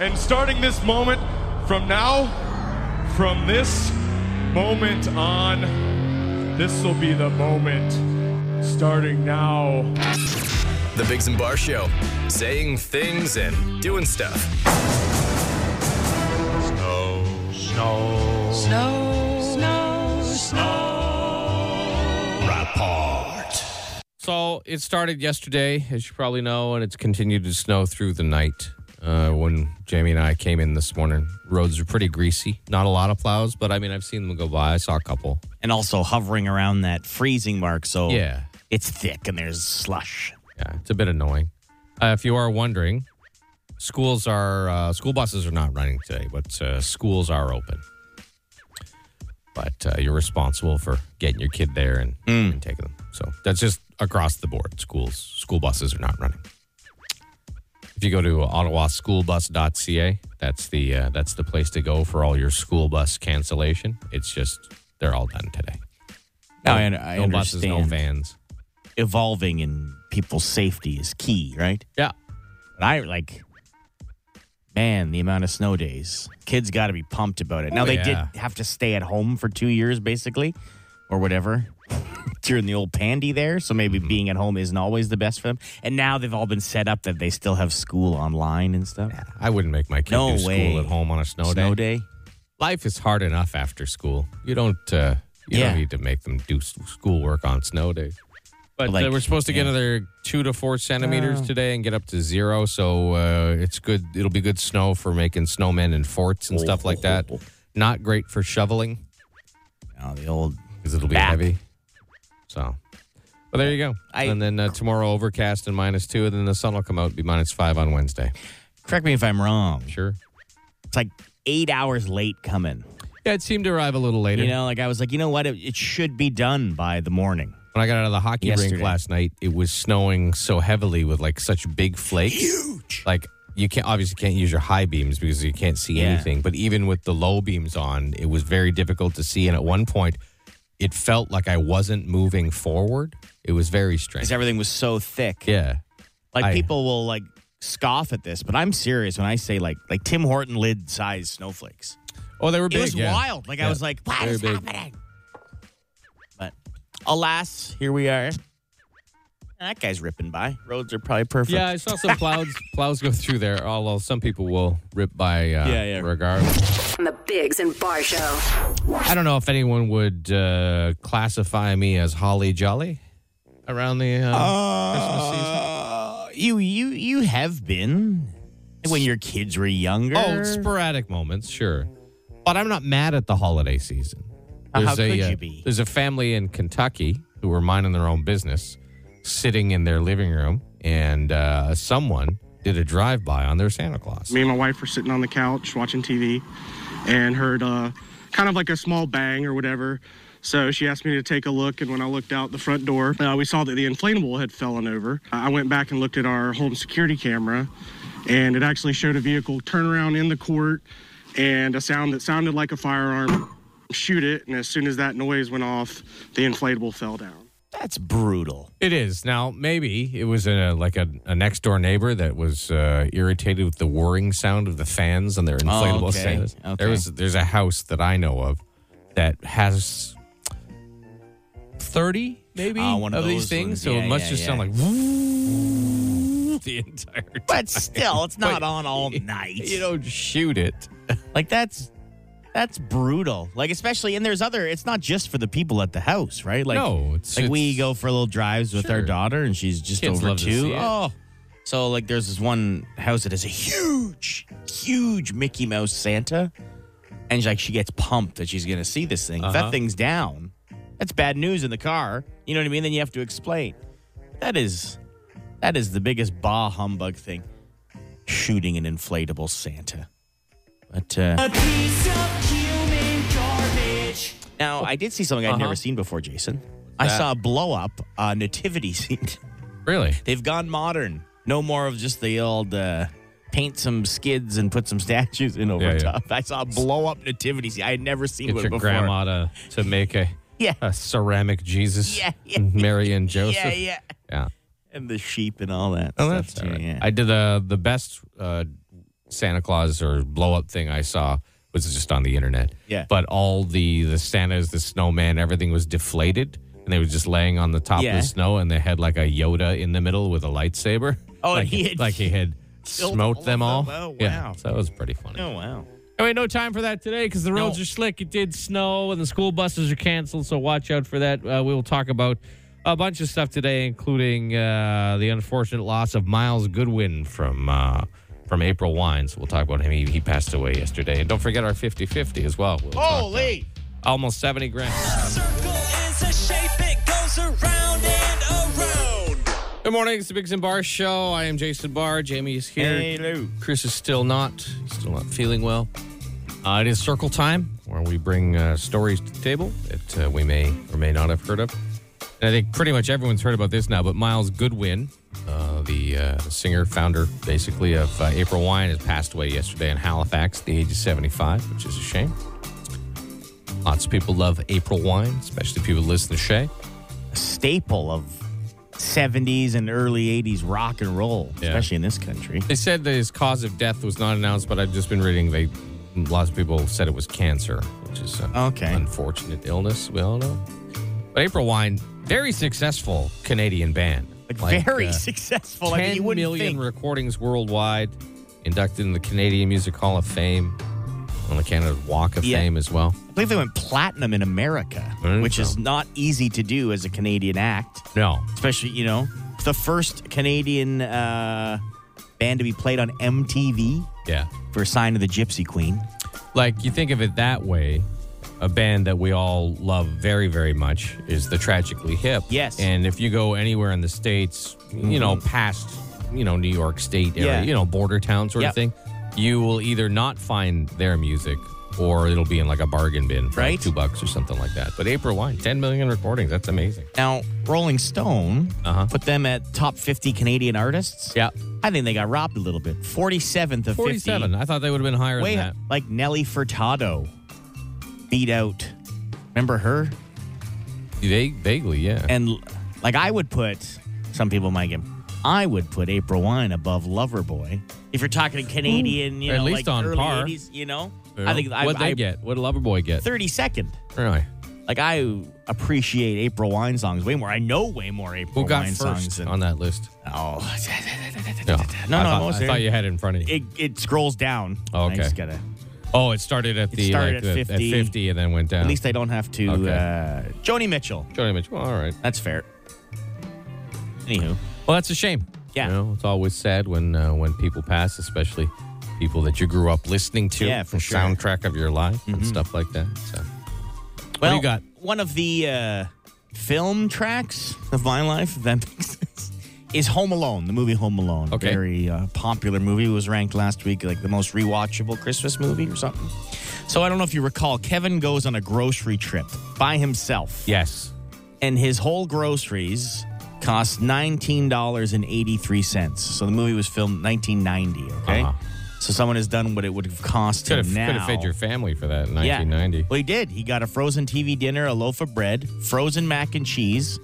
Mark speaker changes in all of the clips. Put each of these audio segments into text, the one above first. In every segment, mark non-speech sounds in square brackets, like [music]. Speaker 1: And starting this moment from now, from this moment on, this will be the moment starting now.
Speaker 2: The Biggs and Bar Show, saying things and doing stuff.
Speaker 3: Snow, snow,
Speaker 4: Snow. Snow.
Speaker 3: rapport.
Speaker 5: So it started yesterday, as you probably know, and it's continued to snow through the night. Uh, when Jamie and I came in this morning, roads are pretty greasy. Not a lot of plows, but I mean, I've seen them go by. I saw a couple.
Speaker 6: and also hovering around that freezing mark. So
Speaker 5: Yeah.
Speaker 6: it's thick and there's slush.
Speaker 5: Yeah, it's a bit annoying. Uh, if you are wondering, schools are uh, school buses are not running today, but uh, schools are open. But uh, you're responsible for getting your kid there and,
Speaker 6: Hmm.
Speaker 5: and taking them. So that's just across the board. Schools, school buses are not running. If you go to ottawaschoolbus.ca, that's the uh, that's the place to go for all your school bus cancellation. It's just they're all done today.
Speaker 6: Now I, I
Speaker 5: no
Speaker 6: understand
Speaker 5: buses, no vans.
Speaker 6: evolving and people's safety is key, right?
Speaker 5: Yeah,
Speaker 6: But I like, man, the amount of snow days. Kids got to be pumped about it. now
Speaker 5: Oh,
Speaker 6: they
Speaker 5: yeah.
Speaker 6: did have to stay at home for two years, basically, or whatever. [laughs] During the old pandy there, so maybe
Speaker 5: Mm-hmm.
Speaker 6: being at home isn't always the best for them. And now they've all been set up that they still have school online and stuff.
Speaker 5: I wouldn't make my kid
Speaker 6: No
Speaker 5: do
Speaker 6: way.
Speaker 5: school at home on a snow,
Speaker 6: Snow day.
Speaker 5: life is hard enough after school. You don't uh, you
Speaker 6: Yeah.
Speaker 5: don't need to make them do s- schoolwork on snow day. But
Speaker 6: Like,
Speaker 5: uh, we're supposed to get
Speaker 6: yeah.
Speaker 5: another two to four centimeters today and get up to zero. So uh, it's good. It'll be good snow for making snowmen and forts and stuff like that. Not great for shoveling
Speaker 6: Oh, the old
Speaker 5: because it'll be
Speaker 6: Bap.
Speaker 5: heavy. So, but there you go.
Speaker 6: I-
Speaker 5: and then uh, tomorrow overcast and minus two, and then the sun will come out and be minus five on Wednesday.
Speaker 6: correct me if I'm wrong.
Speaker 5: Sure.
Speaker 6: It's like eight hours late coming.
Speaker 5: Yeah, it seemed to arrive a little later.
Speaker 6: You know, like I was like, you know what? It, it should be done by the morning.
Speaker 5: When I got out of the hockey rink
Speaker 6: Yesterday.
Speaker 5: last night, it was snowing so heavily with like such big flakes. Huge. Like you can't obviously can't use your high beams because you can't see
Speaker 6: Yeah.
Speaker 5: anything. But even with the low beams on, it was very difficult to see. And at one point, it felt like I wasn't moving forward. It was very strange.
Speaker 6: Because everything was so thick.
Speaker 5: yeah.
Speaker 6: Like
Speaker 5: I-
Speaker 6: people will like scoff at this, but I'm serious when I say like like Tim Horton lid size snowflakes.
Speaker 5: Oh, they were big.
Speaker 6: it was
Speaker 5: yeah.
Speaker 6: wild. Like
Speaker 5: Yeah.
Speaker 6: I was like, what
Speaker 5: Very
Speaker 6: is
Speaker 5: big.
Speaker 6: happening? But alas, here we are. Ah, That guy's ripping by. Roads are probably perfect.
Speaker 5: Yeah, I saw some plows plows go through there. Although some people will rip by. Uh,
Speaker 6: Yeah, yeah.
Speaker 5: Regardless.
Speaker 7: on the Bigs and Bar Show.
Speaker 5: I don't know if anyone would uh, classify me as Holly Jolly around the uh, Christmas season.
Speaker 6: Uh, you you you have been when your kids were younger.
Speaker 5: Oh, sporadic moments, sure. But I'm not mad at the holiday season.
Speaker 6: How could
Speaker 5: uh,
Speaker 6: you be?
Speaker 5: There's a family in Kentucky who were minding their own business, sitting in their living room, and uh, someone did a drive-by on their Santa Claus.
Speaker 8: me and my wife were sitting on the couch watching TV and heard uh, kind of like a small bang or whatever. So she asked me to take a look, and when I looked out the front door, uh, we saw that the inflatable had fallen over. I went back and looked at our home security camera, and it actually showed a vehicle turn around in the court and a sound that sounded like a firearm shoot it. And as soon as that noise went off, the inflatable fell down.
Speaker 6: That's brutal.
Speaker 5: It is now. Maybe it was a like a, a next door neighbor that was uh, irritated with the whirring sound of the fans and their inflatable
Speaker 6: Oh, okay.
Speaker 5: Santas.
Speaker 6: Okay.
Speaker 5: There was there's a house that I know of that has thirty maybe
Speaker 6: Ah, one of
Speaker 5: these
Speaker 6: those
Speaker 5: things.
Speaker 6: ones.
Speaker 5: So it
Speaker 6: Yeah,
Speaker 5: must
Speaker 6: yeah,
Speaker 5: just
Speaker 6: yeah.
Speaker 5: sound like "Woo," the entire. time.
Speaker 6: But still, it's not on [laughs] all night.
Speaker 5: You don't shoot it.
Speaker 6: like that's that's brutal. Like especially and there's other. It's not just for the people at the house, right? Like
Speaker 5: No, it's-
Speaker 6: like we
Speaker 5: it's-
Speaker 6: go for little drives with our
Speaker 5: Sure.
Speaker 6: daughter, and she's just
Speaker 5: Kids
Speaker 6: over
Speaker 5: love to see
Speaker 6: two.
Speaker 5: it.
Speaker 6: Oh, so like there's this one house that has a huge, huge Mickey Mouse Santa, and like she gets pumped that she's gonna see this thing. If
Speaker 5: Uh-huh.
Speaker 6: that thing's down, that's bad news in the car. You know what I mean? Then you have to explain. That is, that is the biggest bah humbug thing. Shooting an inflatable Santa. But uh, Now, I did see something I'd never seen before, Jason. I
Speaker 5: Uh-huh. that?
Speaker 6: saw a blow up uh, nativity [laughs] scene.
Speaker 5: Really?
Speaker 6: They've gone modern. No more of just the old uh, paint some skids and put some statues in over
Speaker 5: Yeah, yeah.
Speaker 6: top. I saw a blow up nativity scene. I had never seen
Speaker 5: Get
Speaker 6: one
Speaker 5: your
Speaker 6: before.
Speaker 5: grandma to, to make a
Speaker 6: [laughs]
Speaker 5: [laughs]
Speaker 6: Yeah.
Speaker 5: a ceramic Jesus,
Speaker 6: Yeah, yeah.
Speaker 5: Mary and Joseph.
Speaker 6: Yeah, yeah.
Speaker 5: yeah.
Speaker 6: And the sheep and all that.
Speaker 5: Oh,
Speaker 6: stuff
Speaker 5: that's all
Speaker 6: too,
Speaker 5: right.
Speaker 6: yeah.
Speaker 5: I did uh, the best uh, Santa Claus or blow up thing I saw was just on the internet.
Speaker 6: Yeah.
Speaker 5: But all the the Santas, the snowman, everything was deflated, and they were just laying on the top
Speaker 6: Yeah.
Speaker 5: of the snow, and they had like a Yoda in the middle with a lightsaber.
Speaker 6: Oh,
Speaker 5: [laughs]
Speaker 6: and
Speaker 5: like,
Speaker 6: he had
Speaker 5: like he had
Speaker 6: killed
Speaker 5: smoked
Speaker 6: all of
Speaker 5: them all.
Speaker 6: them. Oh,
Speaker 5: Yeah,
Speaker 6: wow.
Speaker 5: so that was pretty funny.
Speaker 6: Oh wow.
Speaker 5: Anyway, no time for that today because the roads
Speaker 6: No.
Speaker 5: are slick. It did snow and the school buses are canceled, so watch out for that. Uh, we will talk about a bunch of stuff today, including uh, the unfortunate loss of Miles Goodwin from uh, from April Wine. So we'll talk about him. He, he passed away yesterday. And don't forget our 50 50 as well. We'll talk, uh,
Speaker 6: Holy.
Speaker 5: Almost 70 grand.
Speaker 9: Circle is a shape, it goes around and around.
Speaker 5: Good morning. It's the Biggs and Barr Show. I am Jason Barr. Jamie is here.
Speaker 6: Hey, Lou.
Speaker 5: Chris is still not still not feeling well. Uh, it is Circle Time, where we bring uh, stories to the table that uh, we may or may not have heard of. And I think pretty much everyone's heard about this now. But Miles Goodwin, uh, the uh, singer founder basically of uh, April Wine, has passed away yesterday in Halifax at the age of 75, which is a shame. Lots of people love April Wine, especially people who listen to Shay.
Speaker 6: A staple of 70s and early 80s rock and roll,
Speaker 5: Yeah.
Speaker 6: especially in this country.
Speaker 5: They said that his cause of death was not announced, but I've just been reading they lots of people said it was cancer, which is an
Speaker 6: Okay.
Speaker 5: unfortunate illness we all know. But April Wine, very successful Canadian band.
Speaker 6: Like,
Speaker 5: Like,
Speaker 6: very
Speaker 5: uh,
Speaker 6: successful. I mean,
Speaker 5: 10
Speaker 6: you wouldn't
Speaker 5: million
Speaker 6: think.
Speaker 5: recordings worldwide, inducted in the Canadian Music Hall of Fame, on the Canada Walk of
Speaker 6: Yeah.
Speaker 5: Fame as well.
Speaker 6: I believe they went platinum in America,
Speaker 5: think
Speaker 6: which is
Speaker 5: so.
Speaker 6: not easy to do as a Canadian act,
Speaker 5: No.
Speaker 6: especially, you know, the first Canadian uh, band to be played on MTV
Speaker 5: Yeah.
Speaker 6: for Sign of the Gypsy Queen.
Speaker 5: Like you think of it that way, a band that we all love very, very much is the Tragically Hip.
Speaker 6: Yes. Mm-hmm.
Speaker 5: And if you go anywhere in the states, you know, past you know New York State area,
Speaker 6: Yeah.
Speaker 5: you know, border town sort
Speaker 6: Yep.
Speaker 5: of thing, you will either not find their music or it'll be in like a bargain bin for like,
Speaker 6: Right.
Speaker 5: two bucks or something like that. But April Wine, ten million recordings, that's amazing.
Speaker 6: Now, Rolling Stone
Speaker 5: Uh-huh.
Speaker 6: put them at top 50 Canadian artists.
Speaker 5: Yeah.
Speaker 6: I think they got robbed a little bit. 47th of 50.
Speaker 5: Forty-seven. I thought they would have been higher
Speaker 6: Way
Speaker 5: than that.
Speaker 6: like Nelly Furtado beat out. Remember her?
Speaker 5: They vaguely, yeah.
Speaker 6: And like I would put some people might get I would put April Wine above Loverboy. If you're talking Canadian, you
Speaker 5: At
Speaker 6: know,
Speaker 5: least
Speaker 6: like
Speaker 5: on
Speaker 6: early
Speaker 5: par.
Speaker 6: 80s, you know.
Speaker 5: You
Speaker 6: I think
Speaker 5: know?
Speaker 6: I,
Speaker 5: what'd they
Speaker 6: I
Speaker 5: get? What'd Loverboy get?
Speaker 6: 32nd.
Speaker 5: Anyway,
Speaker 6: Like I appreciate April Wine songs way more. I know way more April
Speaker 5: who got
Speaker 6: Wine songs
Speaker 5: first
Speaker 6: than
Speaker 5: on that list?
Speaker 6: Oh. [laughs]
Speaker 5: No, I
Speaker 6: No, no,
Speaker 5: thought,
Speaker 6: I'm almost
Speaker 5: I
Speaker 6: there.
Speaker 5: thought you had it in front of you.
Speaker 6: it, it scrolls down.
Speaker 5: Oh, okay.
Speaker 6: I just gotta,
Speaker 5: oh, it started at the
Speaker 6: started
Speaker 5: like,
Speaker 6: at
Speaker 5: the-
Speaker 6: 50.
Speaker 5: and then went down.
Speaker 6: At least I don't have to.
Speaker 5: Okay.
Speaker 6: Uh, Joni Mitchell.
Speaker 5: Joni Mitchell. All right.
Speaker 6: That's fair. Anywho,
Speaker 5: Well, that's a shame.
Speaker 6: Yeah.
Speaker 5: you know, it's always sad when uh, when people pass, especially people that you grew up listening to.
Speaker 6: Yeah, for
Speaker 5: the
Speaker 6: sure. Mm-hmm.
Speaker 5: Soundtrack of your life and stuff like that. So,
Speaker 6: well,
Speaker 5: you got?
Speaker 6: One of the uh, film tracks of my life if that [laughs] makes sense is Home Alone, the movie Home Alone.
Speaker 5: Okay.
Speaker 6: very uh, popular movie. It was ranked last week like the most rewatchable Christmas movie or something. So I don't know if you recall, Kevin goes on a grocery trip by himself.
Speaker 5: yes,
Speaker 6: and his whole groceries cost nineteen dollars and eighty three cents. So the movie was filmed nineteen ninety. Okay,
Speaker 5: Uh-huh.
Speaker 6: so someone has done what it would have cost
Speaker 5: could
Speaker 6: him
Speaker 5: have
Speaker 6: now.
Speaker 5: could have fed your family for that in
Speaker 6: yeah.
Speaker 5: 1990.
Speaker 6: Well, he did. He got a frozen TV dinner, a loaf of bread, frozen mac and cheese,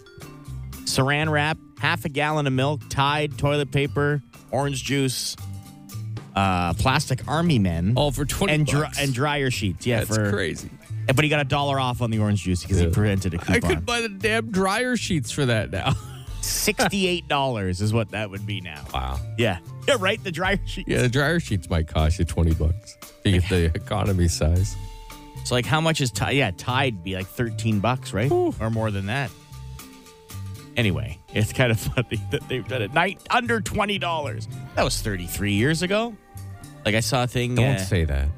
Speaker 6: Saran wrap, half a gallon of milk, Tide, toilet paper, orange juice, uh, plastic army men,
Speaker 5: All for 20
Speaker 6: and, dry
Speaker 5: bucks.
Speaker 6: and dryer sheets. Yeah,
Speaker 5: That's
Speaker 6: for
Speaker 5: crazy.
Speaker 6: But he got a dollar off on the orange juice because he presented a coupon.
Speaker 5: I could [laughs] buy the damn dryer sheets for that now. [laughs]
Speaker 6: Sixty-eight dollars is what that would be now.
Speaker 5: Wow.
Speaker 6: Yeah, [laughs] yeah, right. The dryer sheet.
Speaker 5: Yeah, the dryer sheets might cost you 20 bucks. You get the economy size.
Speaker 6: So like, how much is Tide? Yeah, Tide be like thirteen bucks, right, or more than that. Anyway, it's kind of [laughs] funny that they've done it night under twenty dollars. That was thirty-three years ago. Like I saw a thing.
Speaker 5: Don't
Speaker 6: uh,
Speaker 5: say that.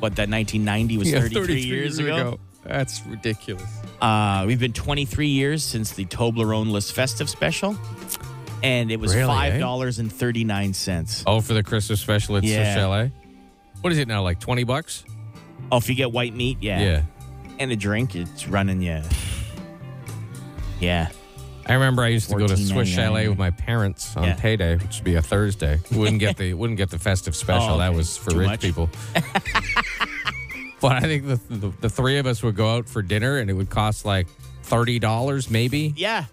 Speaker 6: what that nineteen ninety was
Speaker 5: Yeah,
Speaker 6: thirty-three, years, ago.
Speaker 5: That's ridiculous.
Speaker 6: Uh, we've been twenty-three years since the Toblerone List Festive Special, and it was
Speaker 5: Really, eh?
Speaker 6: five dollars and thirty-nine cents.
Speaker 5: Oh, for the Christmas special at the
Speaker 6: Yeah.
Speaker 5: Chalet? What is it now, like 20 bucks?
Speaker 6: Oh, if you get white meat,
Speaker 5: Yeah.
Speaker 6: and a drink, it's running you. Yeah.
Speaker 5: I remember I used to go to Swiss
Speaker 6: 14.99.
Speaker 5: Chalet with my parents on
Speaker 6: Yeah.
Speaker 5: payday, which would be a Thursday. Wouldn't get
Speaker 6: [laughs]
Speaker 5: the wouldn't get the festive special.
Speaker 6: Oh,
Speaker 5: That
Speaker 6: okay.
Speaker 5: was for
Speaker 6: Too
Speaker 5: rich
Speaker 6: much. [laughs]
Speaker 5: people. but I think the, the the three of us would go out for dinner and it would cost like thirty dollars maybe.
Speaker 6: Yeah.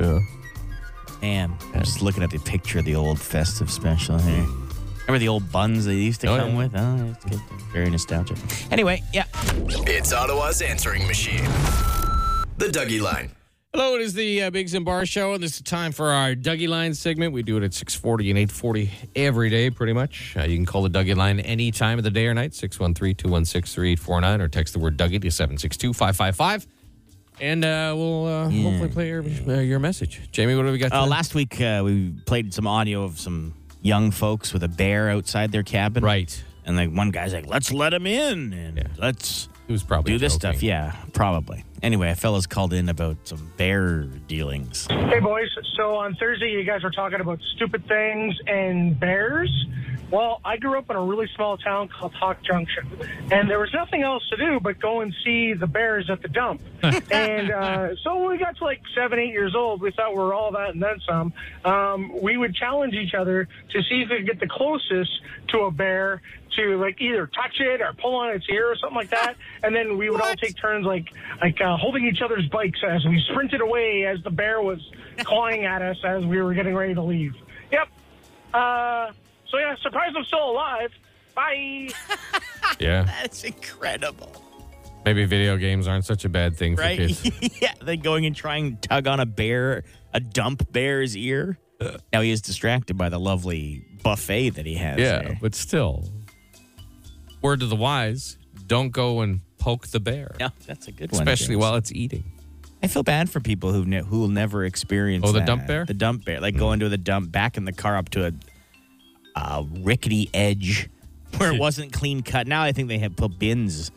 Speaker 5: Yeah.
Speaker 6: Damn. I'm just looking at the picture of the old festive special here. Remember the old buns they used to
Speaker 5: Oh,
Speaker 6: come
Speaker 5: yeah.
Speaker 6: with? Oh, it's good. Very nostalgic. Anyway, yeah. uh,
Speaker 2: It's Ottawa's answering machine. The Dougie Line.
Speaker 5: Hello, it is the uh, Biggs and Bar Show, and this is time for our Dougie Line segment. We do it at 640 and 840 every day, pretty much. Uh, you can call the Dougie Line any time of the day or night, 613-216-3849, or text the word Dougie to 762-555. And uh, we'll uh, hopefully
Speaker 6: Mm.
Speaker 5: play your, uh, your message. Jamie, what have we got?
Speaker 6: Uh,
Speaker 5: today?
Speaker 6: last week uh, we played some audio of some young folks with a bear outside their cabin.
Speaker 5: right.
Speaker 6: And like one guy's like, "Let's let him in and let's
Speaker 5: It was probably
Speaker 6: do this
Speaker 5: joking.
Speaker 6: stuff." Yeah, probably. Anyway, a fella's called in about some bear dealings.
Speaker 10: Hey, boys. So on Thursday, you guys were talking about stupid things and bears. Well, I grew up in a really small town called Hawk Junction, and there was nothing else to do but go and see the bears at the dump. and uh, so when we got to like seven, eight years old, we thought we were all that and then some. Um, we would challenge each other to see if we could get the closest to a bear to like either touch it or pull on its ear or something like that. And then we would all take turns like like uh, holding each other's bikes as we sprinted away as the bear was clawing at us as we were getting ready to leave. Yep. Uh, so yeah, surprised I'm still alive. Bye.
Speaker 5: Yeah.
Speaker 6: That's incredible,
Speaker 5: Maybe video games aren't such a bad thing for
Speaker 6: right?
Speaker 5: kids.
Speaker 6: [laughs] yeah, then going and trying to tug on a bear, a dump bear's ear. Now he is distracted by the lovely buffet that he has.
Speaker 5: yeah,
Speaker 6: there.
Speaker 5: but still. Word to the wise, don't go and poke the bear.
Speaker 6: Yeah, that's a good one.
Speaker 5: Especially
Speaker 6: James.
Speaker 5: while it's eating.
Speaker 6: I feel bad for people who ne- who will never experience.
Speaker 5: Oh, the
Speaker 6: that.
Speaker 5: dump bear? Hmm.
Speaker 6: The dump bear, like going to the dump, backing the car up to a, a rickety edge [laughs]
Speaker 5: [laughs]
Speaker 6: where it wasn't clean cut. Now I think they have put bins.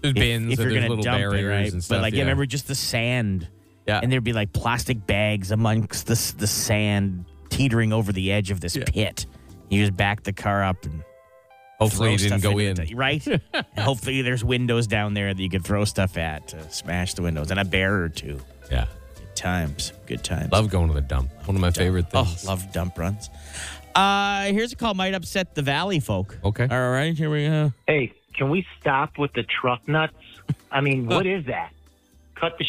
Speaker 5: There's
Speaker 6: if-
Speaker 5: bins
Speaker 6: if
Speaker 5: and
Speaker 6: you're
Speaker 5: there's
Speaker 6: gonna
Speaker 5: little
Speaker 6: dump
Speaker 5: barriers
Speaker 6: it, right?
Speaker 5: and stuff.
Speaker 6: But like,
Speaker 5: yeah.
Speaker 6: yeah, remember just the sand,
Speaker 5: Yeah.
Speaker 6: and there'd be like plastic bags amongst the s- the sand, teetering over the edge of this
Speaker 5: Yeah.
Speaker 6: pit. You just back the car up and
Speaker 5: Hopefully
Speaker 6: throw
Speaker 5: you didn't
Speaker 6: stuff
Speaker 5: go in.
Speaker 6: into
Speaker 5: [laughs]
Speaker 6: the- right? And hopefully there's windows down there that you could throw stuff at, to smash the windows, and a bear or two.
Speaker 5: yeah.
Speaker 6: Good times, good times.
Speaker 5: Love going to the dump. One of my favorite
Speaker 6: Oh,
Speaker 5: things.
Speaker 6: love dump runs. Uh, here's a call might upset the valley folk.
Speaker 5: Okay.
Speaker 6: All right, here we go.
Speaker 9: Hey, can we stop with the truck nuts?
Speaker 5: [laughs]
Speaker 9: I mean, what is that? Cut the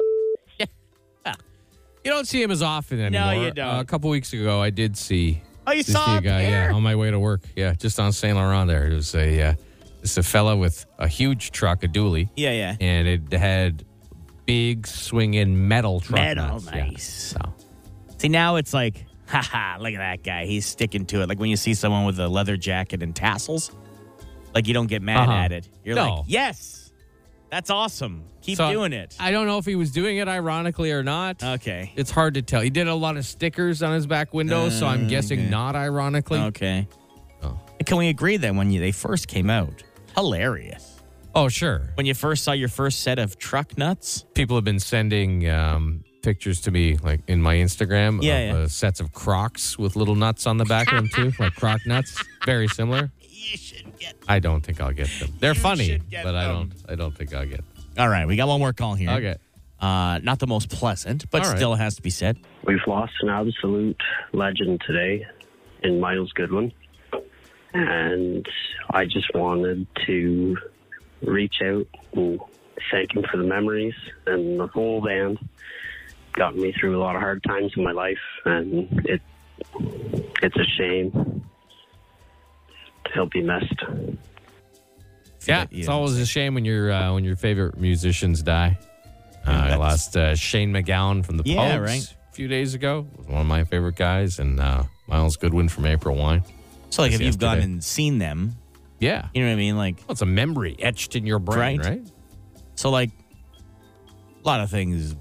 Speaker 5: You don't see him as often
Speaker 6: No,
Speaker 5: anymore.
Speaker 6: you don't.
Speaker 5: Uh, a couple weeks ago, I did see.
Speaker 6: Oh, you
Speaker 5: did see
Speaker 6: saw
Speaker 5: a
Speaker 6: a
Speaker 5: guy,
Speaker 6: bear?
Speaker 5: yeah, on my way to work. Yeah, just on Saint Laurent. There, it was a, uh, it's a fella with a huge truck, a dually,
Speaker 6: Yeah, yeah.
Speaker 5: and it had big swinging metal truck
Speaker 6: Metal,
Speaker 5: nuts. Yeah.
Speaker 6: nice.
Speaker 5: So,
Speaker 6: See, now it's like, [laughs] haha, look at that guy. He's sticking to it. Like when you see someone with a leather jacket and tassels, like you don't get mad
Speaker 5: Uh-huh.
Speaker 6: at it. You're
Speaker 5: No.
Speaker 6: like, yes, that's awesome. Keep
Speaker 5: so
Speaker 6: doing it. Uh,
Speaker 5: I don't know if he was doing it ironically or not.
Speaker 6: okay.
Speaker 5: It's hard to tell. He did a lot of stickers on his back window, so I'm guessing not ironically.
Speaker 6: Uh, Okay.
Speaker 5: Oh.
Speaker 6: Can we agree that when you, they first came out, hilarious.
Speaker 5: Oh, sure.
Speaker 6: When you first saw your first set of truck nuts,
Speaker 5: People have been sending um, pictures to me, like in my Instagram,
Speaker 6: Yeah,
Speaker 5: of
Speaker 6: yeah.
Speaker 5: Uh, sets of Crocs with little nuts on the back of them too,
Speaker 6: [laughs]
Speaker 5: like Croc nuts. Very similar.
Speaker 6: you should get
Speaker 5: I don't think I'll get them. They're funny,
Speaker 6: should get
Speaker 5: but I
Speaker 6: them.
Speaker 5: don't. I don't think I'll get. Them.
Speaker 6: All right, we got one more call here.
Speaker 5: Okay.
Speaker 6: Uh, not the most pleasant, but
Speaker 5: All right.
Speaker 6: still has to be said.
Speaker 9: We've lost an absolute legend today in Miles Goodwin. And I just wanted to reach out and thank him for the memories and the whole band. Got me through a lot of hard times in my life and it it's a shame. He'll be missed.
Speaker 5: Yeah,
Speaker 6: Yeah.
Speaker 5: it's always a shame when your uh, when your favorite musicians die. Uh, I
Speaker 6: that's-
Speaker 5: lost uh, Shane McGowan from the
Speaker 6: Yeah,
Speaker 5: Pogues
Speaker 6: right.
Speaker 5: a few days ago. Was one of my favorite guys, and uh, Miles Goodwin from April Wine.
Speaker 6: So, like, if
Speaker 5: Yes,
Speaker 6: you've gone
Speaker 5: yesterday.
Speaker 6: and seen them,
Speaker 5: Yeah,
Speaker 6: you know what I mean? Like,
Speaker 5: Well, it's a memory etched in your brain,
Speaker 6: Right.
Speaker 5: right?
Speaker 6: so, like, a lot of things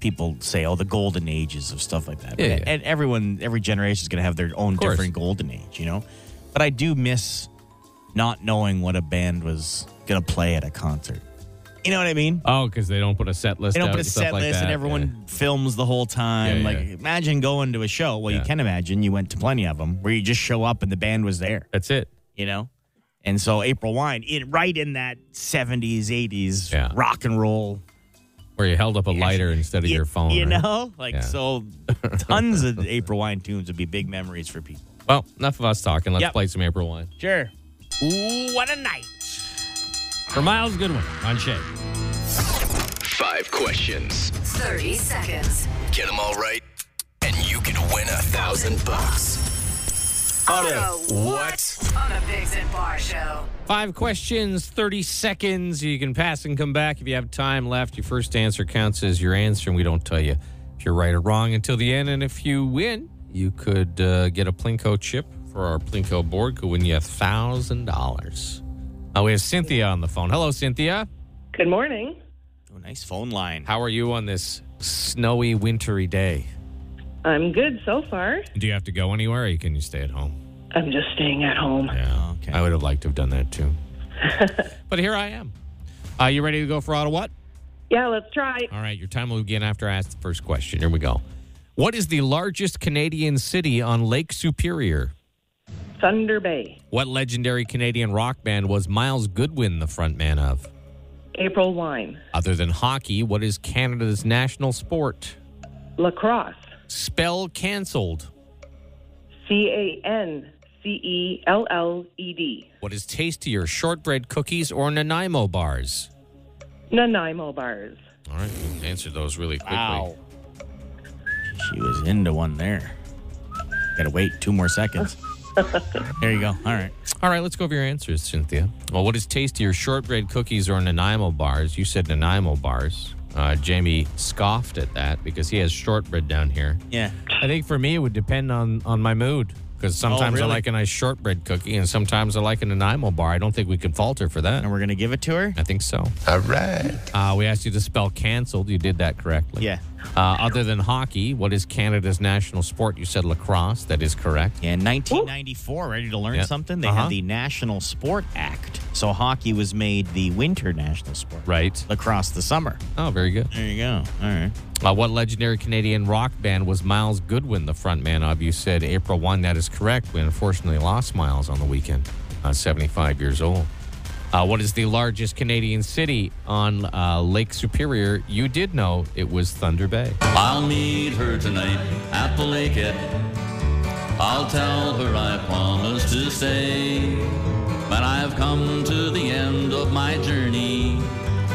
Speaker 6: people say, oh, the golden ages of stuff like that.
Speaker 5: Yeah,
Speaker 6: and,
Speaker 5: yeah.
Speaker 6: and everyone, every generation is going to have their own
Speaker 5: course.
Speaker 6: different golden age, you know? But I do miss not knowing what a band was going to play at a concert. You know what I mean?
Speaker 5: Oh, because they don't put a set list.
Speaker 6: They don't
Speaker 5: out
Speaker 6: put a
Speaker 5: and stuff
Speaker 6: set
Speaker 5: like
Speaker 6: list
Speaker 5: that.
Speaker 6: and everyone films the whole time.
Speaker 5: Yeah,
Speaker 6: like,
Speaker 5: yeah.
Speaker 6: imagine going to a show. Well,
Speaker 5: Yeah.
Speaker 6: you can imagine you went to plenty of them where you just show up and the band was there,
Speaker 5: That's it.
Speaker 6: you know? And so April Wine, in, right in that 70s, 80s
Speaker 5: Yeah.
Speaker 6: rock and roll.
Speaker 5: Where you held up a lighter instead of
Speaker 6: y-
Speaker 5: your phone.
Speaker 6: You
Speaker 5: right?
Speaker 6: know? Like,
Speaker 5: Yeah. [laughs]
Speaker 6: so tons of April Wine tunes would be big memories for people.
Speaker 5: Well, enough of us talking. Let's
Speaker 6: Yep.
Speaker 5: play some April Wine
Speaker 6: Sure. Ooh, what a night.
Speaker 5: for Miles Goodwin on Shake.
Speaker 2: Five questions.
Speaker 7: 30 seconds.
Speaker 2: Get them all right, and you can win a thousand bucks.
Speaker 7: Auto what? On the Bigs and Bar Show.
Speaker 5: Five questions, 30 seconds. You can pass and come back if you have time left. Your first answer counts as your answer, and we don't tell you if you're right or wrong until the end. And if you win, you could uh, get a Plinko chip for our Plinko board. Could win you a $1,000. Uh, we have Cynthia on the phone. Hello, Cynthia.
Speaker 11: Good morning.
Speaker 6: Oh, nice phone line.
Speaker 5: How are you on this snowy, wintry day?
Speaker 11: I'm good so far.
Speaker 5: Do you have to go anywhere or can you stay at home?
Speaker 11: I'm just staying at
Speaker 10: Uh,
Speaker 11: home.
Speaker 5: Yeah, okay. I would have liked to have done that too. but here I am. Are you ready to go for auto what?
Speaker 11: Yeah, let's try.
Speaker 5: All right, your time will begin after I ask the first question. Here we go. What is the largest Canadian city on Lake Superior?
Speaker 11: Thunder Bay,
Speaker 5: What legendary Canadian rock band was Miles Goodwin the frontman of?
Speaker 11: April Wine,
Speaker 5: Other than hockey, what is Canada's national sport?
Speaker 11: Lacrosse,
Speaker 5: Spell cancelled.
Speaker 11: C A N C E L L E D,
Speaker 5: What is tastier, shortbread cookies or Nanaimo bars?
Speaker 11: Nanaimo Bars.
Speaker 5: All right, you answered those really quickly.
Speaker 6: Wow. She was into one there. Gotta wait two more seconds. there you go. All right.
Speaker 5: All right, let's go over your answers, Cynthia. Well, what is tastier, shortbread cookies or Nanaimo bars? You said Nanaimo bars. Uh, Jamie scoffed at that because he has shortbread down here.
Speaker 6: Yeah.
Speaker 5: I think for me, it would depend on on my mood because sometimes I
Speaker 6: really?
Speaker 5: like a nice shortbread cookie and sometimes I like a Nanaimo bar. I don't think we can falter for that.
Speaker 6: And we're gonna give it to her?
Speaker 5: I think so.
Speaker 6: All right.
Speaker 5: Uh, we asked you to spell canceled. You did that correctly.
Speaker 6: Yeah.
Speaker 5: Uh, other than hockey, what is Canada's national sport? You said lacrosse. That is correct.
Speaker 6: Yeah, 1994, ready to learn
Speaker 5: Yeah.
Speaker 6: something? They
Speaker 5: Uh-huh.
Speaker 6: had the National Sport Act. So hockey was made the winter national sport.
Speaker 5: Right.
Speaker 6: Lacrosse the summer.
Speaker 5: Oh, very good.
Speaker 6: There you go. All right.
Speaker 5: Uh, what legendary Canadian rock band was Miles Goodwin the frontman of? You said April 1. That is correct. We unfortunately lost Miles on the weekend, uh, 75 years old. Uh, what is the largest Canadian city on uh, Lake Superior? You did know it was Thunder Bay.
Speaker 12: I'll meet her tonight at the lake. I'll tell her I promise to stay. But I've come to the end of my journey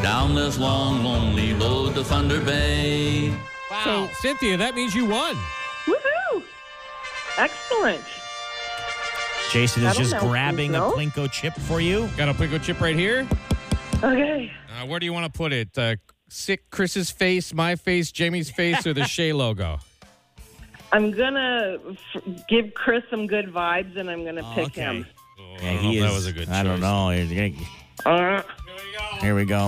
Speaker 12: down this long, lonely road to Thunder Bay.
Speaker 5: Wow. So, Cynthia, that means you won.
Speaker 11: Woohoo! Excellent.
Speaker 6: Jason is
Speaker 11: That'll
Speaker 6: just
Speaker 11: help you,
Speaker 6: grabbing
Speaker 11: no?
Speaker 6: a Plinko chip for you.
Speaker 5: Got a Plinko chip right here.
Speaker 11: Okay.
Speaker 5: Uh, where do you want to put it? Uh, sick Chris's face, my face, Jamie's face, or the Shea logo?
Speaker 11: I'm going to f- give Chris some good vibes and I'm going to pick him.
Speaker 5: Oh,
Speaker 6: Yeah, he
Speaker 5: that
Speaker 6: is-
Speaker 5: was a good
Speaker 6: I don't
Speaker 5: choice.
Speaker 6: know. He's gonna-
Speaker 11: Uh,
Speaker 6: Here we go.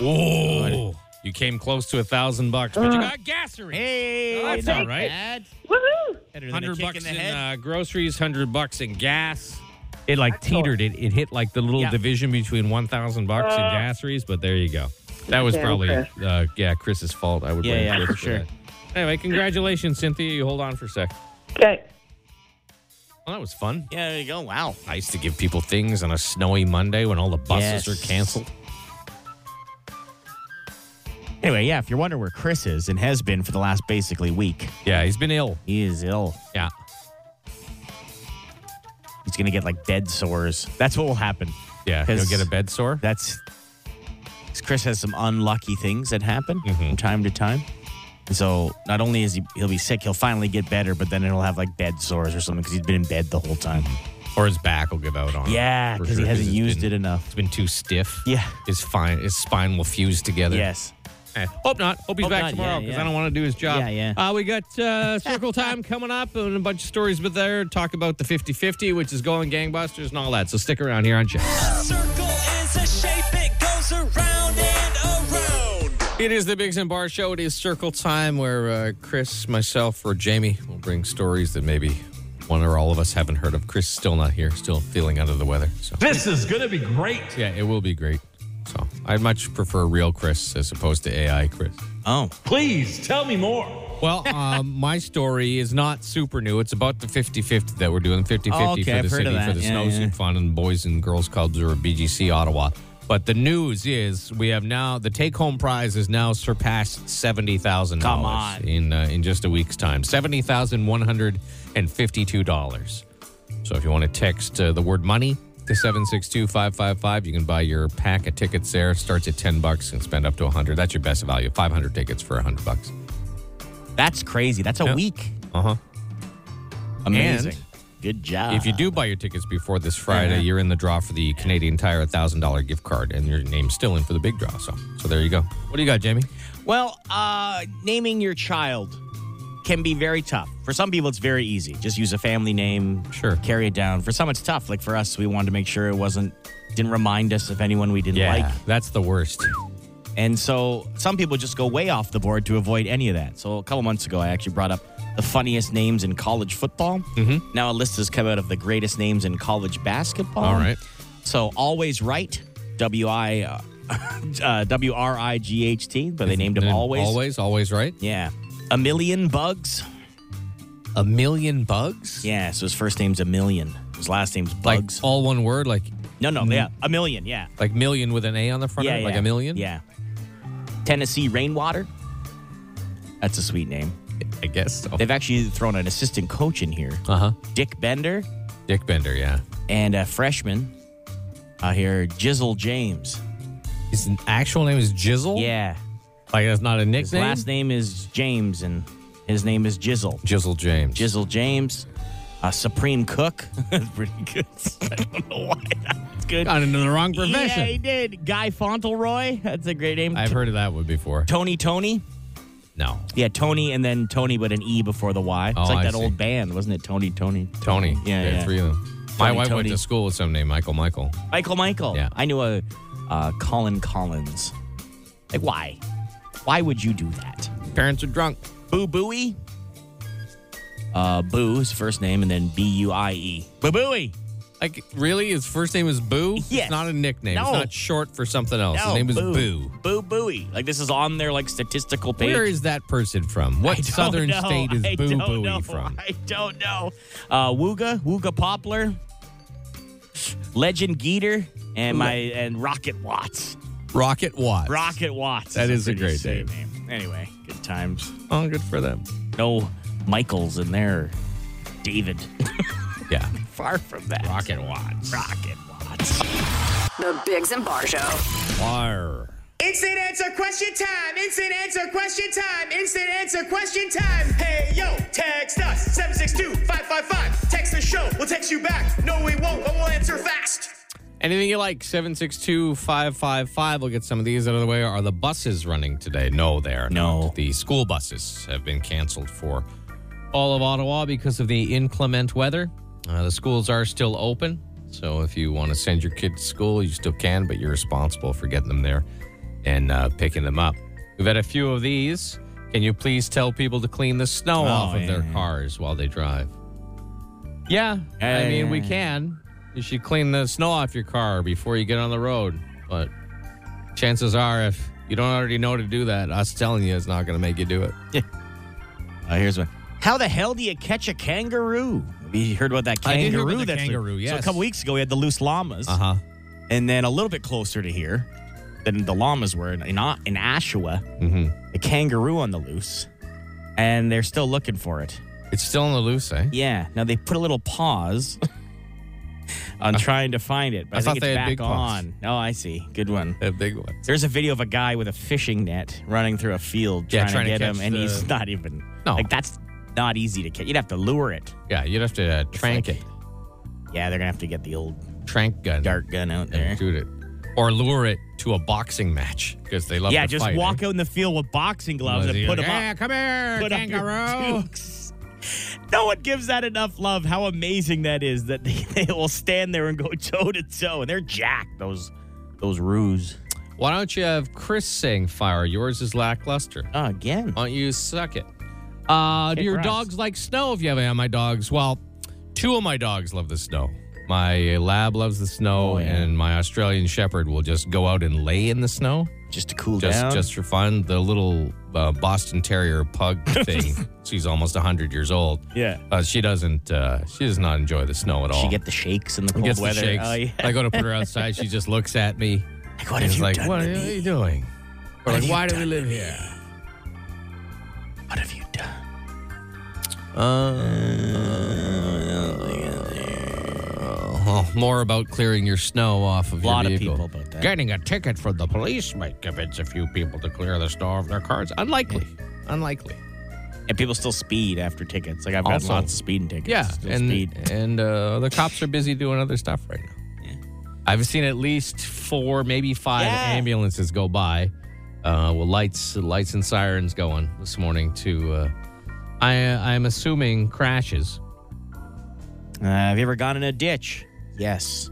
Speaker 5: Whoa. You came close to a thousand bucks, but you got gassery.
Speaker 6: Hey,
Speaker 5: that's
Speaker 6: not
Speaker 5: all right.
Speaker 6: bad.
Speaker 11: woohoo!
Speaker 6: Better than a
Speaker 5: hundred
Speaker 6: kick
Speaker 5: bucks
Speaker 6: in
Speaker 5: in,
Speaker 6: the head.
Speaker 5: uh, groceries, hundred bucks in gas. It like teetered. It, it hit like the little
Speaker 6: Yeah.
Speaker 5: division between one thousand bucks in gasseries. But there you go. That was
Speaker 11: Damn,
Speaker 5: probably
Speaker 11: Chris.
Speaker 5: uh, yeah Chris's fault. I would
Speaker 6: Yeah,
Speaker 5: blame
Speaker 6: yeah,
Speaker 5: Chris
Speaker 6: for
Speaker 5: for
Speaker 6: sure.
Speaker 5: that. Anyway, congratulations, Cynthia. You hold on for a sec.
Speaker 11: Okay.
Speaker 5: Well, that was fun.
Speaker 6: Yeah, there you go. Wow.
Speaker 5: Nice to give people things on a snowy Monday when all the buses
Speaker 6: Yes.
Speaker 5: are canceled.
Speaker 6: Anyway, yeah, if you're wondering where Chris is and has been for the last basically week,
Speaker 5: Yeah, he's been ill.
Speaker 6: he is ill.
Speaker 5: Yeah.
Speaker 6: He's gonna get like bed sores. That's what will happen.
Speaker 5: Yeah, he'll
Speaker 6: Has-
Speaker 5: get a bed sore.
Speaker 6: That's 'cause Chris has some unlucky things that happen
Speaker 5: Mm-hmm.
Speaker 6: from time to time. And So not only is he he'll be sick, he'll finally get better, but then he'll have like bed sores or something because he's been in bed the whole time.
Speaker 5: Or his back will give out on him.
Speaker 6: Yeah,
Speaker 5: Mm-hmm. for
Speaker 6: because
Speaker 5: sure,
Speaker 6: he hasn't
Speaker 5: it's
Speaker 6: used
Speaker 5: been-
Speaker 6: it enough.
Speaker 5: It's been too stiff.
Speaker 6: Yeah.
Speaker 5: His, fine, his spine will fuse together.
Speaker 6: Yes.
Speaker 5: Eh, Hope not. Hope he's
Speaker 6: Hope
Speaker 5: back
Speaker 6: not.
Speaker 5: tomorrow
Speaker 6: Yeah,
Speaker 5: because
Speaker 6: yeah.
Speaker 5: I don't want to do his job.
Speaker 6: Yeah, yeah.
Speaker 5: Uh, we got
Speaker 6: [laughs]
Speaker 5: uh, Circle Time coming up and a bunch of stories with there. Talk about the 50 50, which is going gangbusters and all that. So stick around here on Jam.
Speaker 9: Circle is a shape, it goes around and around.
Speaker 5: It is the Bigs and Bar Show. It is Circle Time where uh, Chris, myself, or Jamie will bring stories that maybe one or all of us haven't heard of. Chris is still not here, still feeling under the weather. So.
Speaker 13: This is going to be great.
Speaker 5: Yeah, it will be great. So I'd much prefer real Chris as opposed to AI Chris.
Speaker 6: Oh.
Speaker 13: Please tell me more.
Speaker 5: Well, um, my story is not super new. It's about the 50 50 that we're doing 50 50
Speaker 6: Oh, okay,
Speaker 5: for the
Speaker 6: I've heard of
Speaker 5: city,
Speaker 6: that.
Speaker 5: for the
Speaker 6: Yeah,
Speaker 5: snowsuit
Speaker 6: yeah.
Speaker 5: fund, and boys and girls clubs or BGC Ottawa. But the news is we have now the take home prize has now surpassed seventy thousand
Speaker 6: Come on.
Speaker 5: dollars in uh, in just a week's time seventy thousand one hundred and fifty two dollars. So if you want to text uh, the word money to 762-555, you can buy your pack of tickets there. It starts at 10 bucks and spend up to 100. That's your best value. 500 tickets for 100 bucks.
Speaker 6: That's crazy. That's a week.
Speaker 5: Uh huh.
Speaker 6: Amazing.
Speaker 5: Good job. If you
Speaker 6: Uh-huh.
Speaker 5: do buy your tickets before this Friday,
Speaker 6: Yeah.
Speaker 5: you're in the draw for the Canadian Tire $1,000 gift card, and your name's still in for the big draw. So, so there you go. What do you got, Jamie?
Speaker 6: Well, uh, naming your child can be very tough. For some people, it's very easy. Just use a family name. Sure. Carry it down. For some, it's tough. Like for us, we wanted to make sure it wasn't didn't remind us of anyone we didn't
Speaker 5: Yeah,
Speaker 6: like.
Speaker 5: That's the worst.
Speaker 6: Um, And so some people just go way off the board to avoid any of that. So a couple months ago, I actually brought up the funniest names in college football. Mm-hmm. Now a list has come out of the greatest names in college basketball.
Speaker 5: All right.
Speaker 6: So always right, W I uh, [laughs] uh, W R I G H T, but they named him
Speaker 5: Name
Speaker 6: always.
Speaker 5: Always, always right.
Speaker 6: Yeah. A million bugs.
Speaker 5: A million bugs?
Speaker 6: Yeah. So his first name's a million. His last name's
Speaker 5: Like
Speaker 6: bugs.
Speaker 5: all one word, like
Speaker 6: no, no, yeah, a million, yeah.
Speaker 5: like million with an A on the front,
Speaker 6: yeah,
Speaker 5: of it,
Speaker 6: yeah.
Speaker 5: like a million.
Speaker 6: Yeah. Tennessee rainwater. That's a sweet name.
Speaker 5: I guess so. Uh-huh.
Speaker 6: They've actually thrown an assistant coach in here. Uh huh. Dick Bender.
Speaker 5: Dick Bender, yeah.
Speaker 6: And a freshman. I hear Jizzle James.
Speaker 5: His actual name is Jizzle?
Speaker 6: Yeah.
Speaker 5: Like that's not a nickname?
Speaker 6: His last name is James and his name is Jizzle.
Speaker 5: Jizzle James.
Speaker 6: Jizzle James. Uh, Supreme Cook. [laughs] Pretty good. [laughs] I don't know why that's good.
Speaker 5: Got into the wrong
Speaker 6: Yeah,
Speaker 5: profession.
Speaker 6: he did. Guy Fauntleroy. That's a great name.
Speaker 5: I've heard of that one before.
Speaker 6: Tony Tony.
Speaker 5: No.
Speaker 6: Yeah, Tony and then Tony, but an E before the Y. It's
Speaker 5: Oh,
Speaker 6: like
Speaker 5: I
Speaker 6: that
Speaker 5: see.
Speaker 6: old band, wasn't it? Tony Tony.
Speaker 5: Tony.
Speaker 6: Yeah,
Speaker 5: There are
Speaker 6: yeah.
Speaker 5: Three of them. My
Speaker 6: Tony,
Speaker 5: wife went
Speaker 6: Tony.
Speaker 5: to school with some named Michael Michael.
Speaker 6: Michael Michael.
Speaker 5: Yeah.
Speaker 6: I knew a uh, Colin Collins. Like, why? Why would you do that?
Speaker 5: Parents are drunk.
Speaker 6: Boo Booey. Uh, Boo, his first name, and then B U I E. Boo Booey.
Speaker 5: Like, really? His first name is Boo? Yeah. It's not a nickname. It's
Speaker 6: No.
Speaker 5: not short for something else. His name is Boo.
Speaker 6: Boo Booey. Like, this is on their, like, statistical page.
Speaker 5: Where is that person from?
Speaker 6: I
Speaker 5: What
Speaker 6: don't
Speaker 5: southern
Speaker 6: know.
Speaker 5: state is
Speaker 6: I
Speaker 5: Boo
Speaker 6: don't
Speaker 5: Booey
Speaker 6: know.
Speaker 5: from?
Speaker 6: [laughs] I don't know. Uh, Wooga, Wooga Poplar, Legend Geeter, and my and Rocket Watts.
Speaker 5: Rocket Watts.
Speaker 6: Rocket Watts.
Speaker 5: That is a
Speaker 6: pretty
Speaker 5: great
Speaker 6: sick
Speaker 5: name.
Speaker 6: Anyway, good times.
Speaker 5: Oh, good for them.
Speaker 6: No Michaels in there. David.
Speaker 5: yeah.
Speaker 6: Far from that.
Speaker 5: Rocket Watts.
Speaker 6: Rocket
Speaker 7: The Bigs and Bar Show.
Speaker 5: Fire.
Speaker 14: Instant answer question time. Instant answer question time. Instant answer question time. Hey yo, text us 762-555. Text the show. We'll text you back. No, we won't, but we'll answer fast.
Speaker 5: Anything you like, 762 555. We'll get some of these out of the way. Are the buses running today? No, they are no. not. The school buses have been canceled for all of Ottawa because of the inclement weather. Uh, the schools are still open. So if you want to send your kid to school, you still can, but you're responsible for getting them there and uh, picking them up. We've had a few of these. Can you please tell people to clean the snow
Speaker 6: Oh,
Speaker 5: off of their
Speaker 6: yeah.
Speaker 5: cars while they drive? Yeah, I mean, we can. You should clean the snow off your car before you get on the road. But chances are, if you don't already know to do that, us telling you is not going to make you do it.
Speaker 6: Yeah.
Speaker 5: Uh,
Speaker 6: here's one. How the hell do you catch a kangaroo? You heard about that
Speaker 5: I
Speaker 6: kangaroo?
Speaker 5: did hear about the
Speaker 6: that's-
Speaker 5: kangaroo,
Speaker 6: So a
Speaker 5: yes.
Speaker 6: couple weeks ago, we had the loose llamas. Uh
Speaker 5: huh.
Speaker 6: And then a little bit closer to here than the llamas were in, in, A- in Oshawa,
Speaker 5: Mm-hmm.
Speaker 6: the kangaroo on the loose. And they're still looking for it.
Speaker 5: It's still on the loose, eh?
Speaker 6: Yeah. Now they put a little pause [laughs] on trying to find it. But I,
Speaker 5: Uh, I
Speaker 6: think
Speaker 5: thought
Speaker 6: it's
Speaker 5: they had
Speaker 6: back
Speaker 5: big paws.
Speaker 6: on. Oh, I see. Good one.
Speaker 5: A big one.
Speaker 6: There's a video of a guy with a fishing net running through a field
Speaker 5: Yeah,
Speaker 6: trying,
Speaker 5: trying to
Speaker 6: to get
Speaker 5: catch
Speaker 6: him, and
Speaker 5: the-
Speaker 6: he's [laughs] not even.
Speaker 5: No.
Speaker 6: Like, that's not easy to catch. You'd have to lure it.
Speaker 5: Yeah, you'd have to uh, trank it.
Speaker 6: Yeah, they're going to have to get the old
Speaker 5: Trank gun.
Speaker 6: dart gun out there.
Speaker 5: Shoot it. Or lure it to a boxing match because they love
Speaker 6: yeah,
Speaker 5: to
Speaker 6: just
Speaker 5: fight,
Speaker 6: walk out in the field with boxing gloves
Speaker 5: Was
Speaker 6: and
Speaker 5: he
Speaker 6: put
Speaker 5: eh? like, "Ah,
Speaker 6: them
Speaker 5: "Yeah,
Speaker 6: up.
Speaker 5: come here, kangaroo."
Speaker 6: [laughs] no one gives that enough love. How amazing that is that they, [laughs] they will stand there and go toe to toe, and they're jacked. Those those ruse.
Speaker 5: eh? Why don't you have Chris saying fire? Yours is lackluster.
Speaker 6: Ah, again.
Speaker 5: Why don't you suck it? Uh, do
Speaker 6: Kick
Speaker 5: your
Speaker 6: rocks.
Speaker 5: dogs like snow? If you have any of my dogs, well, two of my dogs love the snow. My lab loves the snow,
Speaker 6: Oh,
Speaker 5: and my Australian Shepherd will just go out and lay in the snow
Speaker 6: just to cool
Speaker 5: just,
Speaker 6: down.
Speaker 5: just for fun. The little uh, Boston Terrier
Speaker 6: [laughs]
Speaker 5: pug thing. she's almost hundred years old.
Speaker 6: Yeah.
Speaker 5: uh, she doesn't. Uh, she does not enjoy the snow at all.
Speaker 6: She get the shakes in the
Speaker 5: She
Speaker 6: cold
Speaker 5: gets
Speaker 6: weather.
Speaker 5: the shakes.
Speaker 6: Oh, yeah.
Speaker 5: I go to put her outside. She just looks at me.
Speaker 6: Like,
Speaker 5: and
Speaker 6: what have
Speaker 5: is
Speaker 6: you
Speaker 5: like,
Speaker 6: done
Speaker 5: what,
Speaker 6: to
Speaker 5: are
Speaker 6: me?
Speaker 5: you doing? We're
Speaker 6: What have
Speaker 5: like,
Speaker 6: you
Speaker 5: why do we
Speaker 6: done
Speaker 5: live
Speaker 6: to me?"
Speaker 5: here?
Speaker 6: What have you done?
Speaker 5: Uh, Oh, more about clearing your snow off of
Speaker 6: A lot
Speaker 5: your
Speaker 6: of
Speaker 5: vehicle.
Speaker 6: people about that.
Speaker 5: Getting a ticket from the police might convince a few people to clear the snow off their cars. Unlikely. Unlikely.
Speaker 6: And people still speed after tickets. Like I've got
Speaker 5: Also-
Speaker 6: lots of speeding tickets.
Speaker 5: Yeah,
Speaker 6: Still
Speaker 5: and
Speaker 6: speed.
Speaker 5: and uh, the cops are busy doing other stuff right now. I've seen at least four, maybe five ambulances go by uh, with lights, lights and sirens going this morning to. Uh, I I'm assuming crashes.
Speaker 6: Uh, have you ever gone in a ditch? Yes.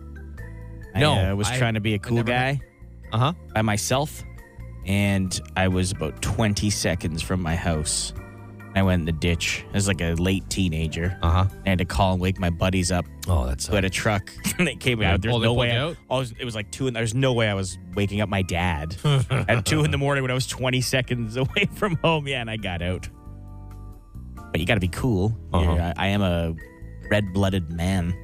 Speaker 5: No,
Speaker 6: I uh, was
Speaker 5: I-
Speaker 6: trying to be
Speaker 5: I
Speaker 6: a cool
Speaker 5: never-
Speaker 6: guy.
Speaker 5: Uh huh.
Speaker 6: By myself, and I was about 20 seconds from my house. I went in the ditch as like a late teenager.
Speaker 5: Uh huh.
Speaker 6: I had to call and wake my buddies up.
Speaker 5: Oh, that's.
Speaker 6: Who had a truck [laughs] and they came
Speaker 5: Yeah,
Speaker 6: out. There's
Speaker 5: oh, they
Speaker 6: no
Speaker 5: pulled
Speaker 6: way.
Speaker 5: you
Speaker 6: I,
Speaker 5: out?
Speaker 6: I was, it was like two, and there's no way I was waking up my dad
Speaker 5: [laughs]
Speaker 6: at two in the morning when I was 20 seconds [laughs] away from home. Yeah, and I got out. But you got to be cool.
Speaker 5: Uh-huh.
Speaker 6: You're- uh, I, I am a red blooded man.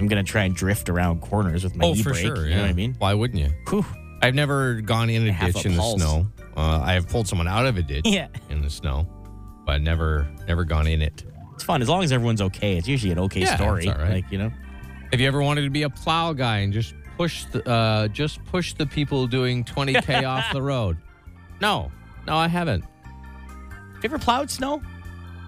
Speaker 6: I'm gonna try and drift around corners with my
Speaker 5: oh,
Speaker 6: knee
Speaker 5: for
Speaker 6: brake.
Speaker 5: sure.
Speaker 6: You know what
Speaker 5: yeah.
Speaker 6: I mean?
Speaker 5: Why wouldn't you? I've never gone in a
Speaker 6: Half
Speaker 5: ditch
Speaker 6: a
Speaker 5: in the
Speaker 6: pulse.
Speaker 5: snow. Uh, I have pulled someone out of a ditch
Speaker 6: Yeah.
Speaker 5: in the snow, but never never gone in it.
Speaker 6: It's fun as long as everyone's okay. It's usually an okay
Speaker 5: Yeah,
Speaker 6: story.
Speaker 5: it's all right.
Speaker 6: Like you know,
Speaker 5: Have you ever wanted to be a plow guy and just push the uh, just push the people doing
Speaker 6: [laughs]
Speaker 5: 20k off the road? No, no, I haven't.
Speaker 6: have you ever plowed snow?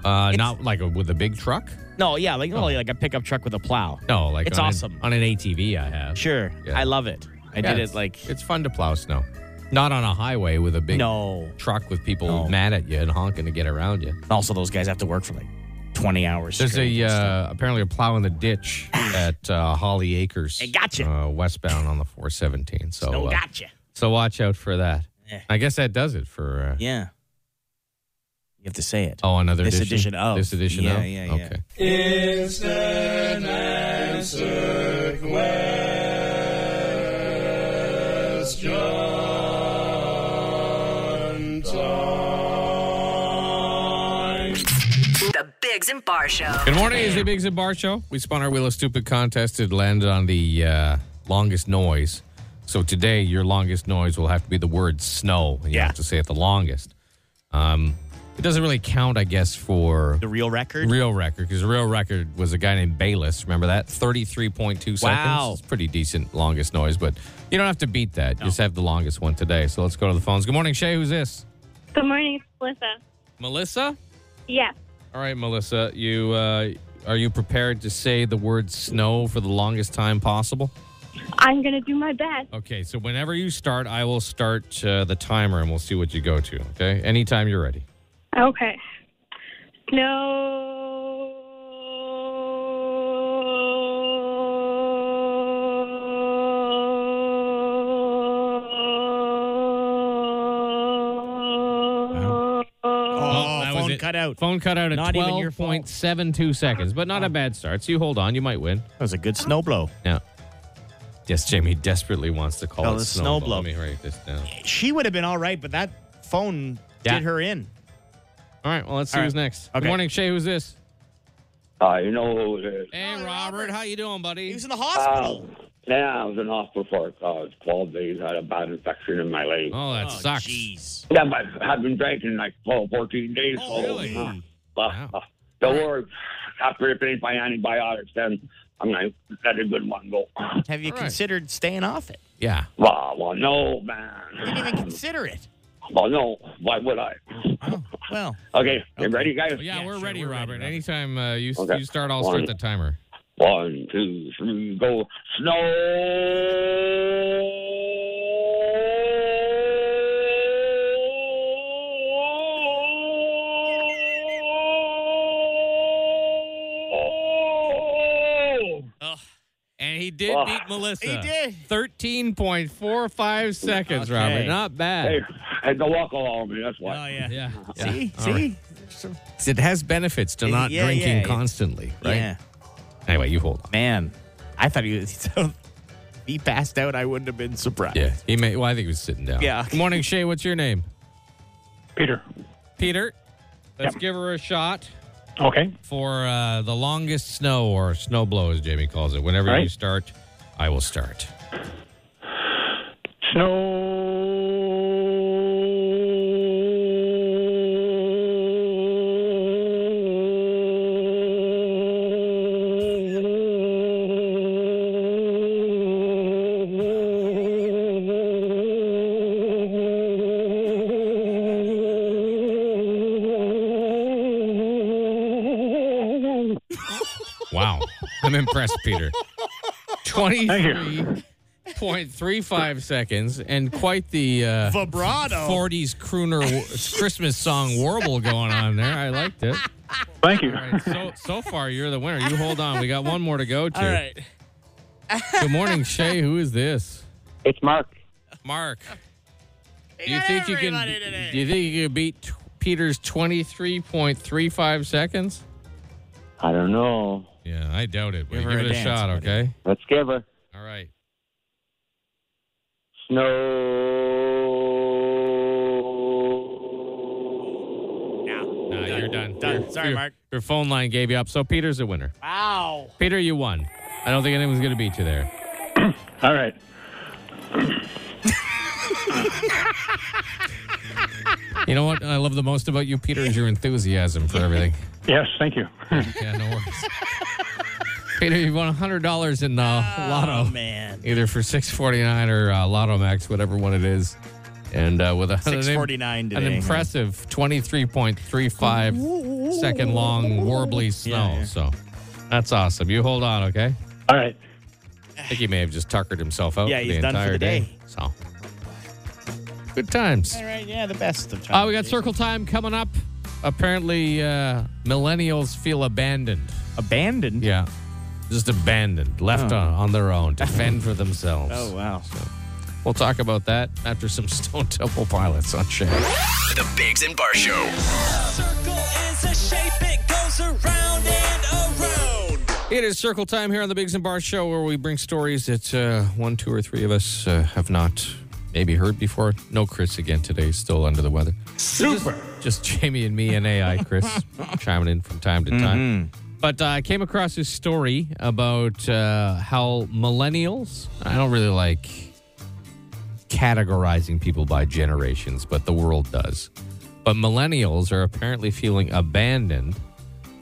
Speaker 5: Uh, not like a, with a big truck.
Speaker 6: No, yeah, like
Speaker 5: Oh.
Speaker 6: no, like a pickup truck with a plow.
Speaker 5: No, like
Speaker 6: It's
Speaker 5: on an-
Speaker 6: awesome.
Speaker 5: on an ATV. I have.
Speaker 6: Sure,
Speaker 5: Yeah.
Speaker 6: I love it. I
Speaker 5: Yeah,
Speaker 6: did
Speaker 5: it's-
Speaker 6: it like
Speaker 5: it's fun to plow snow, not on a highway with a big
Speaker 6: no
Speaker 5: truck with people mad at you and honking to get around you.
Speaker 6: Also, those guys have to work for like 20 hours.
Speaker 5: There's
Speaker 6: straight.
Speaker 5: a uh, apparently a plow in the ditch at uh, Holly Acres.
Speaker 6: Ah. Hey, gotcha.
Speaker 5: Uh, westbound on the 417. So
Speaker 6: Snow
Speaker 5: uh,
Speaker 6: gotcha.
Speaker 5: So watch out for that.
Speaker 6: Yeah.
Speaker 5: I guess that does it for. Uh,
Speaker 6: Yeah. You have to say it.
Speaker 5: Oh, another
Speaker 6: This
Speaker 5: edition,
Speaker 6: edition of.
Speaker 5: this edition
Speaker 6: Yeah,
Speaker 5: of.
Speaker 6: yeah, yeah.
Speaker 5: Okay.
Speaker 15: Instant answer question time.
Speaker 7: The Bigs and Bar Show.
Speaker 5: Good morning. It's the Biggs and Bar Show. We spun our Wheel of Stupid contest. It landed on the uh, longest noise. So today, your longest noise will have to be the word snow. You have to say it the longest. Um, it doesn't really count, I guess, for
Speaker 6: The real record?
Speaker 5: real record because the real record was a guy named Bayless. Remember that? 33.2 seconds.
Speaker 6: Wow.
Speaker 5: It's pretty decent longest noise, but you don't have to beat that. Just have the longest one today. So let's go to the phones. Good morning, Shay. Who's this?
Speaker 9: Good morning, it's Melissa.
Speaker 5: Melissa?
Speaker 9: Yeah.
Speaker 5: All right, Melissa, you uh, are you prepared to say the word snow for the longest time possible?
Speaker 9: I'm going to do my best.
Speaker 5: Okay, so whenever you start, I will start uh, the timer and we'll see what you go to. Okay, anytime you're ready.
Speaker 9: Okay. Snow.
Speaker 5: Oh, that was
Speaker 6: phone
Speaker 5: it.
Speaker 6: cut out.
Speaker 5: Phone cut out at
Speaker 6: Not even your
Speaker 5: twelve point seven two seconds, but not a bad start. So you hold on, you might win.
Speaker 6: That was a good snow blow.
Speaker 5: Yeah. Yes, Jamie desperately wants to call
Speaker 6: Oh,
Speaker 5: it
Speaker 6: the
Speaker 5: snow
Speaker 6: snow
Speaker 5: blow.
Speaker 6: blow.
Speaker 5: Let me write this down.
Speaker 6: She would have been all right, but that phone
Speaker 5: Yeah.
Speaker 6: did her in.
Speaker 5: All right, well, let's see
Speaker 6: All right.
Speaker 5: who's next. Good
Speaker 6: Okay.
Speaker 5: morning, Shay. Who's this?
Speaker 10: I Uh, know who it is.
Speaker 5: Hey, Robert, how you doing, buddy? He
Speaker 6: was in the
Speaker 10: hospital. yeah, I was in hospital for uh, 12 days. I had a bad infection in my leg.
Speaker 5: Oh, that sucks.
Speaker 10: Yeah, but I've been drinking like 12, 14 days. so,
Speaker 5: Oh, really?
Speaker 10: uh, uh, uh, don't worry. After I finish my antibiotics, then I'm going to let a good one go.
Speaker 6: Have you considered staying off it?
Speaker 5: Yeah.
Speaker 10: Well, well, no, man.
Speaker 6: Didn't even consider it.
Speaker 10: Well, no. Why would I?
Speaker 6: Oh, Well,
Speaker 10: Okay, you ready, guys?
Speaker 5: Oh, yeah, we're ready, Robert. Anytime uh, you,
Speaker 10: Okay.
Speaker 5: you start, I'll
Speaker 10: One.
Speaker 5: start the timer.
Speaker 10: One, two, three, go. Snow.
Speaker 5: And he did
Speaker 10: Oh.
Speaker 5: beat Melissa.
Speaker 6: uh,
Speaker 10: He did.
Speaker 5: 13.45 seconds,
Speaker 10: Okay.
Speaker 5: Robert. Not bad.
Speaker 10: Hey, I had to walk along me. That's why.
Speaker 6: Oh, yeah.
Speaker 5: Yeah.
Speaker 6: See?
Speaker 5: All
Speaker 6: See?
Speaker 5: It has benefits to
Speaker 6: Yeah,
Speaker 5: not
Speaker 6: yeah,
Speaker 5: drinking
Speaker 6: yeah.
Speaker 5: constantly, right?
Speaker 6: Yeah.
Speaker 5: Anyway, you hold on.
Speaker 6: Man, I thought he was. [laughs] he passed out. I wouldn't have been surprised.
Speaker 5: Yeah. He may, well, I think he was sitting down.
Speaker 6: Yeah.
Speaker 5: Good morning, Shay. What's your name?
Speaker 16: Peter.
Speaker 5: Peter, let's give her a shot.
Speaker 16: Okay.
Speaker 5: For uh, the longest snow or snow blow, as Jamie calls it. Whenever
Speaker 16: All right.
Speaker 5: you start, I will start.
Speaker 10: Oh,
Speaker 5: I'm impressed, Peter. 23.35 seconds and quite the uh,
Speaker 1: Vibrato.
Speaker 5: 40s crooner w- Christmas song warble going on there. I liked it.
Speaker 17: Thank you.
Speaker 5: All right, so, so far, you're the winner. You hold on. We got one more to go to. All right. Good morning, Shay. Who is this?
Speaker 18: It's Mark.
Speaker 5: Mark. Do you think you can? Do you think you can beat t- Peter's twenty three point three five seconds?
Speaker 18: I don't know.
Speaker 5: Yeah, I doubt it. But
Speaker 18: Give
Speaker 5: give
Speaker 18: her
Speaker 5: it
Speaker 18: a
Speaker 5: a
Speaker 18: dance,
Speaker 5: shot,
Speaker 18: buddy.
Speaker 5: okay?
Speaker 18: Let's give her
Speaker 5: All right.
Speaker 18: snow.
Speaker 5: No, you're done.
Speaker 6: Done.
Speaker 5: Your-
Speaker 6: Sorry,
Speaker 5: your-
Speaker 6: Mark.
Speaker 5: Your phone line gave you up, so Peter's the winner.
Speaker 6: Wow.
Speaker 5: Peter, you won. I don't think anyone's going to beat you there.
Speaker 17: All right.
Speaker 5: You know what I love the most about you, Peter, is your enthusiasm for everything.
Speaker 17: Yes, thank you.
Speaker 5: yeah, no
Speaker 17: [laughs]
Speaker 5: worries. Peter, you won hundred dollars in uh,
Speaker 6: Oh,
Speaker 5: Lotto, man. Either for six forty nine or uh, Lotto Max, whatever one it is, and uh, with a [laughs] an im-
Speaker 6: 649 today,
Speaker 5: an
Speaker 6: man.
Speaker 5: impressive twenty three point three five second long warbly snow. So that's awesome. You hold on, okay?
Speaker 17: All right.
Speaker 5: I think he may have just tuckered himself out
Speaker 6: Yeah,
Speaker 5: for
Speaker 6: he's
Speaker 5: the
Speaker 6: done for
Speaker 5: entire
Speaker 6: the
Speaker 5: day.
Speaker 6: day.
Speaker 5: So good times.
Speaker 6: All right, yeah, the best of
Speaker 5: Uh, we got circle time coming up. Apparently, uh, millennials feel abandoned.
Speaker 6: Abandoned?
Speaker 5: Yeah. Just abandoned, left
Speaker 6: Oh.
Speaker 5: on, on their own to fend
Speaker 6: [laughs]
Speaker 5: for themselves.
Speaker 6: Oh, wow.
Speaker 5: We'll talk about that after some [laughs] Stone Temple Pilots on Channel.
Speaker 2: The Bigs and Bar Show.
Speaker 9: Circle is a shape, it goes around and around.
Speaker 5: It is circle time here on the Bigs and Bar Show where we bring stories that uh, one, two, or three of us uh, have not maybe heard before. No Chris again today, still under the weather. Super. Just, just Jamie and me and AI Chris chiming in from time to time. But uh, I came across this story about uh, how millennials, I don't really like categorizing people by generations, but the world does. But millennials are apparently feeling abandoned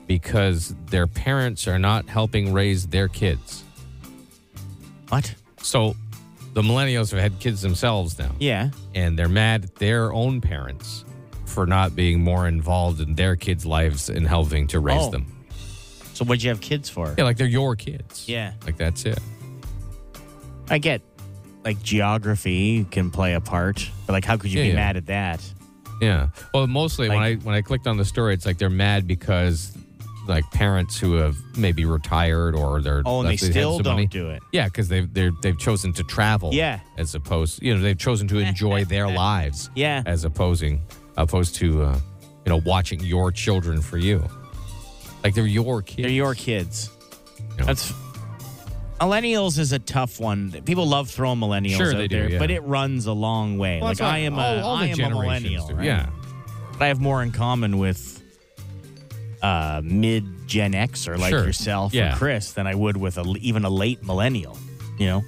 Speaker 5: because their parents are not helping raise their kids.
Speaker 6: What?
Speaker 5: So the millennials have had kids themselves now.
Speaker 6: Yeah.
Speaker 5: And they're mad at their own parents for not being more involved in their kids' lives and helping to raise
Speaker 6: Oh.
Speaker 5: them.
Speaker 6: So what'd you have kids for?
Speaker 5: Yeah, like they're your kids.
Speaker 6: Yeah.
Speaker 5: Like that's it.
Speaker 6: I get like geography can play a part, but like how could you
Speaker 5: Yeah,
Speaker 6: be
Speaker 5: yeah.
Speaker 6: mad at that?
Speaker 5: Yeah. Well, mostly when I when I clicked on the story, it's like they're mad because like parents who have maybe retired or they're
Speaker 6: Oh, and they
Speaker 5: left- had
Speaker 6: still
Speaker 5: some
Speaker 6: don't do it.
Speaker 5: Yeah, because they've they're, they've chosen to travel.
Speaker 6: Yeah.
Speaker 5: As opposed, you know, they've chosen to
Speaker 6: [laughs]
Speaker 5: enjoy their lives.
Speaker 6: Yeah.
Speaker 5: As opposing opposed to uh, you know watching your children for you. Like they're your kids.
Speaker 6: They're your kids. That's millennials is a tough one. People love throwing millennials
Speaker 5: Sure,
Speaker 6: out
Speaker 5: they do,
Speaker 6: there,
Speaker 5: yeah.
Speaker 6: but it runs a long way.
Speaker 5: Well,
Speaker 6: like
Speaker 5: that's what
Speaker 6: I am a,
Speaker 5: all- all the
Speaker 6: I am a
Speaker 5: generations
Speaker 6: millennial.
Speaker 5: do,
Speaker 6: right?
Speaker 5: yeah.
Speaker 6: But I have more in common with uh, mid Gen X or like
Speaker 5: Sure,
Speaker 6: yourself
Speaker 5: yeah.
Speaker 6: or Chris than I would with a, even a late millennial. You know.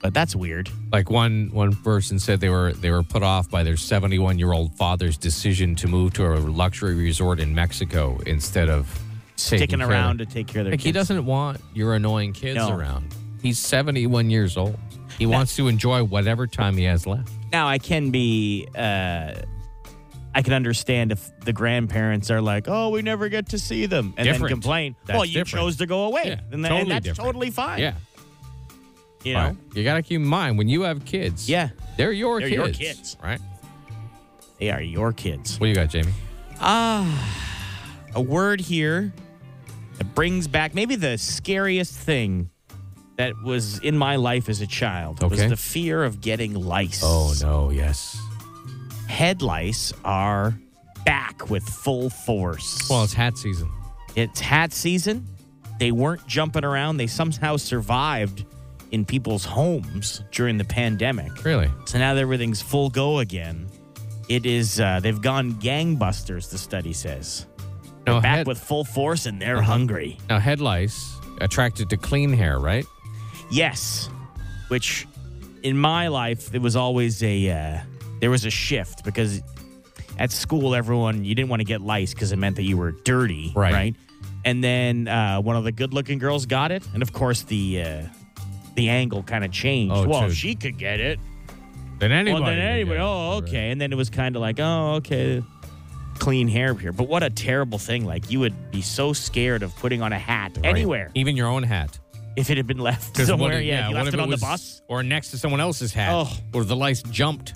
Speaker 6: But that's weird.
Speaker 5: Like one one person said they were they were put off by their 71 year old father's decision to move to a luxury resort in Mexico instead of taking
Speaker 6: Sticking
Speaker 5: care of-
Speaker 6: around to take care of their
Speaker 5: Like
Speaker 6: kids.
Speaker 5: he doesn't want your annoying kids
Speaker 6: No.
Speaker 5: around. He's 71 years old. He wants to enjoy whatever time he has left.
Speaker 6: Now I can be uh I can understand if the grandparents are like, "Oh, we never get to see them," and then
Speaker 5: Different.
Speaker 6: complain.
Speaker 5: That's
Speaker 6: well, you
Speaker 5: different.
Speaker 6: chose to go away,
Speaker 5: Yeah,
Speaker 6: and, tha-
Speaker 5: totally
Speaker 6: and that's
Speaker 5: different.
Speaker 6: totally fine.
Speaker 5: Yeah.
Speaker 6: you
Speaker 5: But
Speaker 6: know,
Speaker 5: you got to keep in mind when you have kids.
Speaker 6: Yeah.
Speaker 5: They're your
Speaker 6: They're
Speaker 5: kids.
Speaker 6: your kids.
Speaker 5: Right?
Speaker 6: they are your kids.
Speaker 5: What do you got, Jamie?
Speaker 6: Ah, a word here that brings back maybe the scariest thing that was in my life as a child
Speaker 5: Okay.
Speaker 6: was the fear of getting lice.
Speaker 5: Oh, no. Yes.
Speaker 6: Head lice are back with full force.
Speaker 5: Well, it's hat season.
Speaker 6: It's hat season. They weren't jumping around. They somehow survived in people's homes during the pandemic.
Speaker 5: Really?
Speaker 6: So now that everything's full go again, it is, uh, they've gone gangbusters, the study says. They're
Speaker 5: No,
Speaker 6: back
Speaker 5: head-
Speaker 6: with full force and they're hungry.
Speaker 5: Now, head lice attracted to clean hair, right?
Speaker 6: Yes. Which in my life, it was always a, uh, there was a shift because at school, everyone, you didn't want to get lice because it meant that you were dirty.
Speaker 5: Right.
Speaker 6: And then uh, one of the good looking girls got it. And of course, the, uh, the angle kind of changed.
Speaker 5: Oh,
Speaker 6: well,
Speaker 5: dude.
Speaker 6: if she could get it.
Speaker 5: Than anybody.
Speaker 6: Well, then
Speaker 5: would
Speaker 6: anyway,
Speaker 5: get it.
Speaker 6: oh, okay. And then it was kind of like, oh, okay. clean hair here, but what a terrible thing. Like, you would be so scared of putting on a hat anywhere.
Speaker 5: Even your own hat.
Speaker 6: If it had been left
Speaker 5: 'Cause
Speaker 6: somewhere,
Speaker 5: what if-
Speaker 6: yeah, if you
Speaker 5: what
Speaker 6: left
Speaker 5: if
Speaker 6: it on
Speaker 5: was-
Speaker 6: the bus.
Speaker 5: or next to someone else's hat,
Speaker 6: Oh.
Speaker 5: or the lice jumped.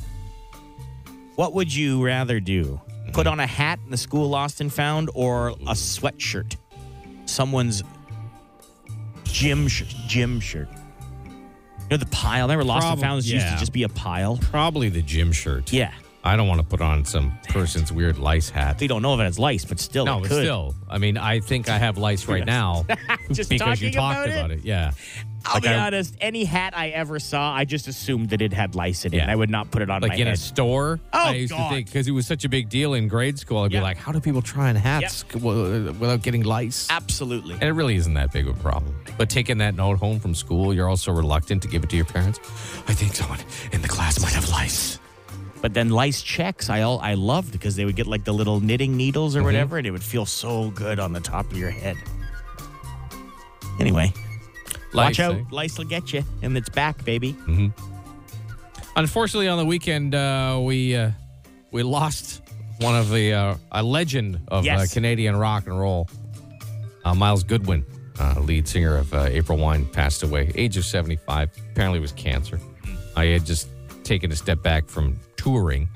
Speaker 6: What would you rather do? Put on a hat in the school lost and found or a sweatshirt? Someone's gym, sh- gym shirt. You know, the pile. Remember, lost
Speaker 5: Probab-
Speaker 6: and founds used
Speaker 5: yeah.
Speaker 6: to just be a pile?
Speaker 5: Probably the gym shirt.
Speaker 6: Yeah.
Speaker 5: I don't want to put on some person's weird lice hat.
Speaker 6: We don't know if it has lice, but still,
Speaker 5: No,
Speaker 6: it
Speaker 5: but
Speaker 6: could.
Speaker 5: still. I mean, I think I have lice right now
Speaker 6: [laughs] Just
Speaker 5: because you
Speaker 6: talking
Speaker 5: talked about
Speaker 6: about it?
Speaker 5: it. Yeah.
Speaker 6: I'll
Speaker 5: Like
Speaker 6: be
Speaker 5: I-
Speaker 6: honest. Any hat I ever saw, I just assumed that it had lice in it. and I would not put it on
Speaker 5: Like
Speaker 6: my
Speaker 5: in
Speaker 6: head.
Speaker 5: a store,
Speaker 6: Oh,
Speaker 5: I used
Speaker 6: God.
Speaker 5: to think because it was such a big deal in grade school, I'd be like, "How do people try on hats c- w- without getting lice?"
Speaker 6: Absolutely.
Speaker 5: And it really isn't that big of a problem. But taking that note home from school, you're also reluctant to give it to your parents. I think someone in the class might have lice.
Speaker 6: But then lice checks, I all I loved because they would get like the little knitting needles or
Speaker 5: Mm-hmm.
Speaker 6: whatever, and it would feel so good on the top of your head. Anyway, watch
Speaker 5: Lice,
Speaker 6: out,
Speaker 5: eh? Mm-hmm.
Speaker 6: lice will get you, and it's back, baby.
Speaker 5: Unfortunately, on the weekend uh, we uh, we lost one of the uh, a legend of
Speaker 6: Yes.
Speaker 5: uh, Canadian rock and roll, uh, Miles Goodwin, uh, lead singer of uh, April Wine, passed away, age of seventy five. Apparently, it was cancer.
Speaker 6: Hmm.
Speaker 5: I had just taken a step back from touring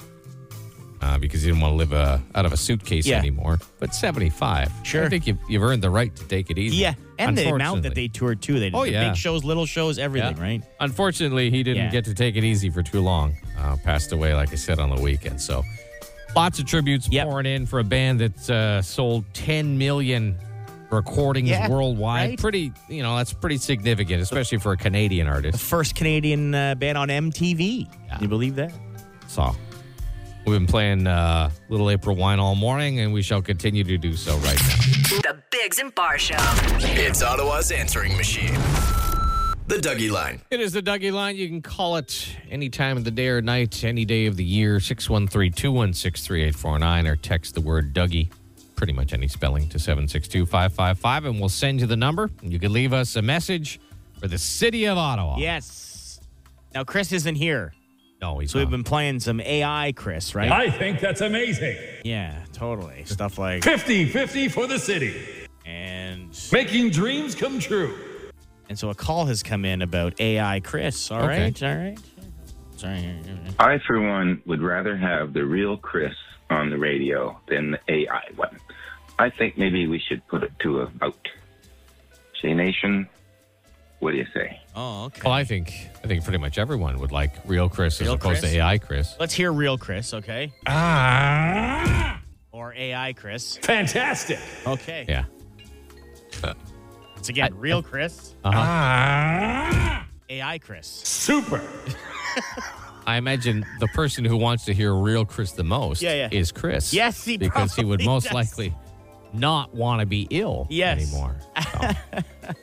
Speaker 5: uh, because he didn't want to live uh, out of a suitcase
Speaker 6: Yeah.
Speaker 5: anymore. But seventy five,
Speaker 6: Sure.
Speaker 5: I think you've, you've earned the right to take it easy.
Speaker 6: Yeah, and the amount
Speaker 5: Unfortunately.
Speaker 6: that they toured too. They did
Speaker 5: Oh,
Speaker 6: the
Speaker 5: yeah.
Speaker 6: big shows, little shows, everything,
Speaker 5: Yeah.
Speaker 6: right?
Speaker 5: Unfortunately, he didn't
Speaker 6: Yeah.
Speaker 5: get to take it easy for too long. Uh, passed away, like I said, on the weekend. So lots of tributes pouring in for a band that uh, sold 10 million recordings
Speaker 6: Yeah,
Speaker 5: worldwide.
Speaker 6: right?
Speaker 5: Pretty, you know, that's pretty significant, especially for a Canadian artist.
Speaker 6: First Canadian uh, band on MTV. Can you believe that?
Speaker 5: So we've been playing uh, Little April Wine all morning, and we shall continue to do so right now.
Speaker 7: The Bigs and Bar Show.
Speaker 2: It's Ottawa's answering machine. The Dougie Line.
Speaker 5: It is the Dougie line. You can call it any time of the day or night, any day of the year, 613 216 3849, or text the word Dougie, pretty much any spelling, to 762 555, and we'll send you the number. You can leave us a message for the city of Ottawa.
Speaker 6: Yes. Now Chris isn't here,
Speaker 5: No, he's
Speaker 6: so we've
Speaker 5: not.
Speaker 6: been playing some AI, Chris, right?
Speaker 13: I think that's amazing.
Speaker 6: yeah, totally. Stuff like
Speaker 13: 50 50 for the city.
Speaker 6: and
Speaker 13: Making dreams come true.
Speaker 6: And so a call has come in about AI Chris. All
Speaker 13: Okay.
Speaker 6: right, all right. Sorry. here, here, here.
Speaker 19: I, for one, would rather have the real Chris on the radio than the AI one. I think maybe we should put it to a vote. Say, Nation, what do you say?
Speaker 6: Oh, okay.
Speaker 5: Well, I think I think pretty much everyone would like real Chris as
Speaker 6: Real
Speaker 5: opposed
Speaker 6: Chris?
Speaker 5: to AI Chris.
Speaker 6: Let's hear real Chris, okay?
Speaker 13: Ah.
Speaker 6: Or AI Chris.
Speaker 13: Fantastic.
Speaker 6: Okay.
Speaker 5: Yeah.
Speaker 6: Once again, real Chris.
Speaker 5: Uh-huh.
Speaker 13: Ah.
Speaker 6: AI Chris.
Speaker 13: Super.
Speaker 5: I imagine the person who wants to hear real Chris the most
Speaker 6: Yeah, yeah.
Speaker 5: is Chris.
Speaker 6: Yes, he
Speaker 5: because he would
Speaker 6: probably
Speaker 5: most
Speaker 6: does.
Speaker 5: likely not want to be ill
Speaker 6: Yes.
Speaker 5: anymore.
Speaker 6: [laughs]
Speaker 5: So.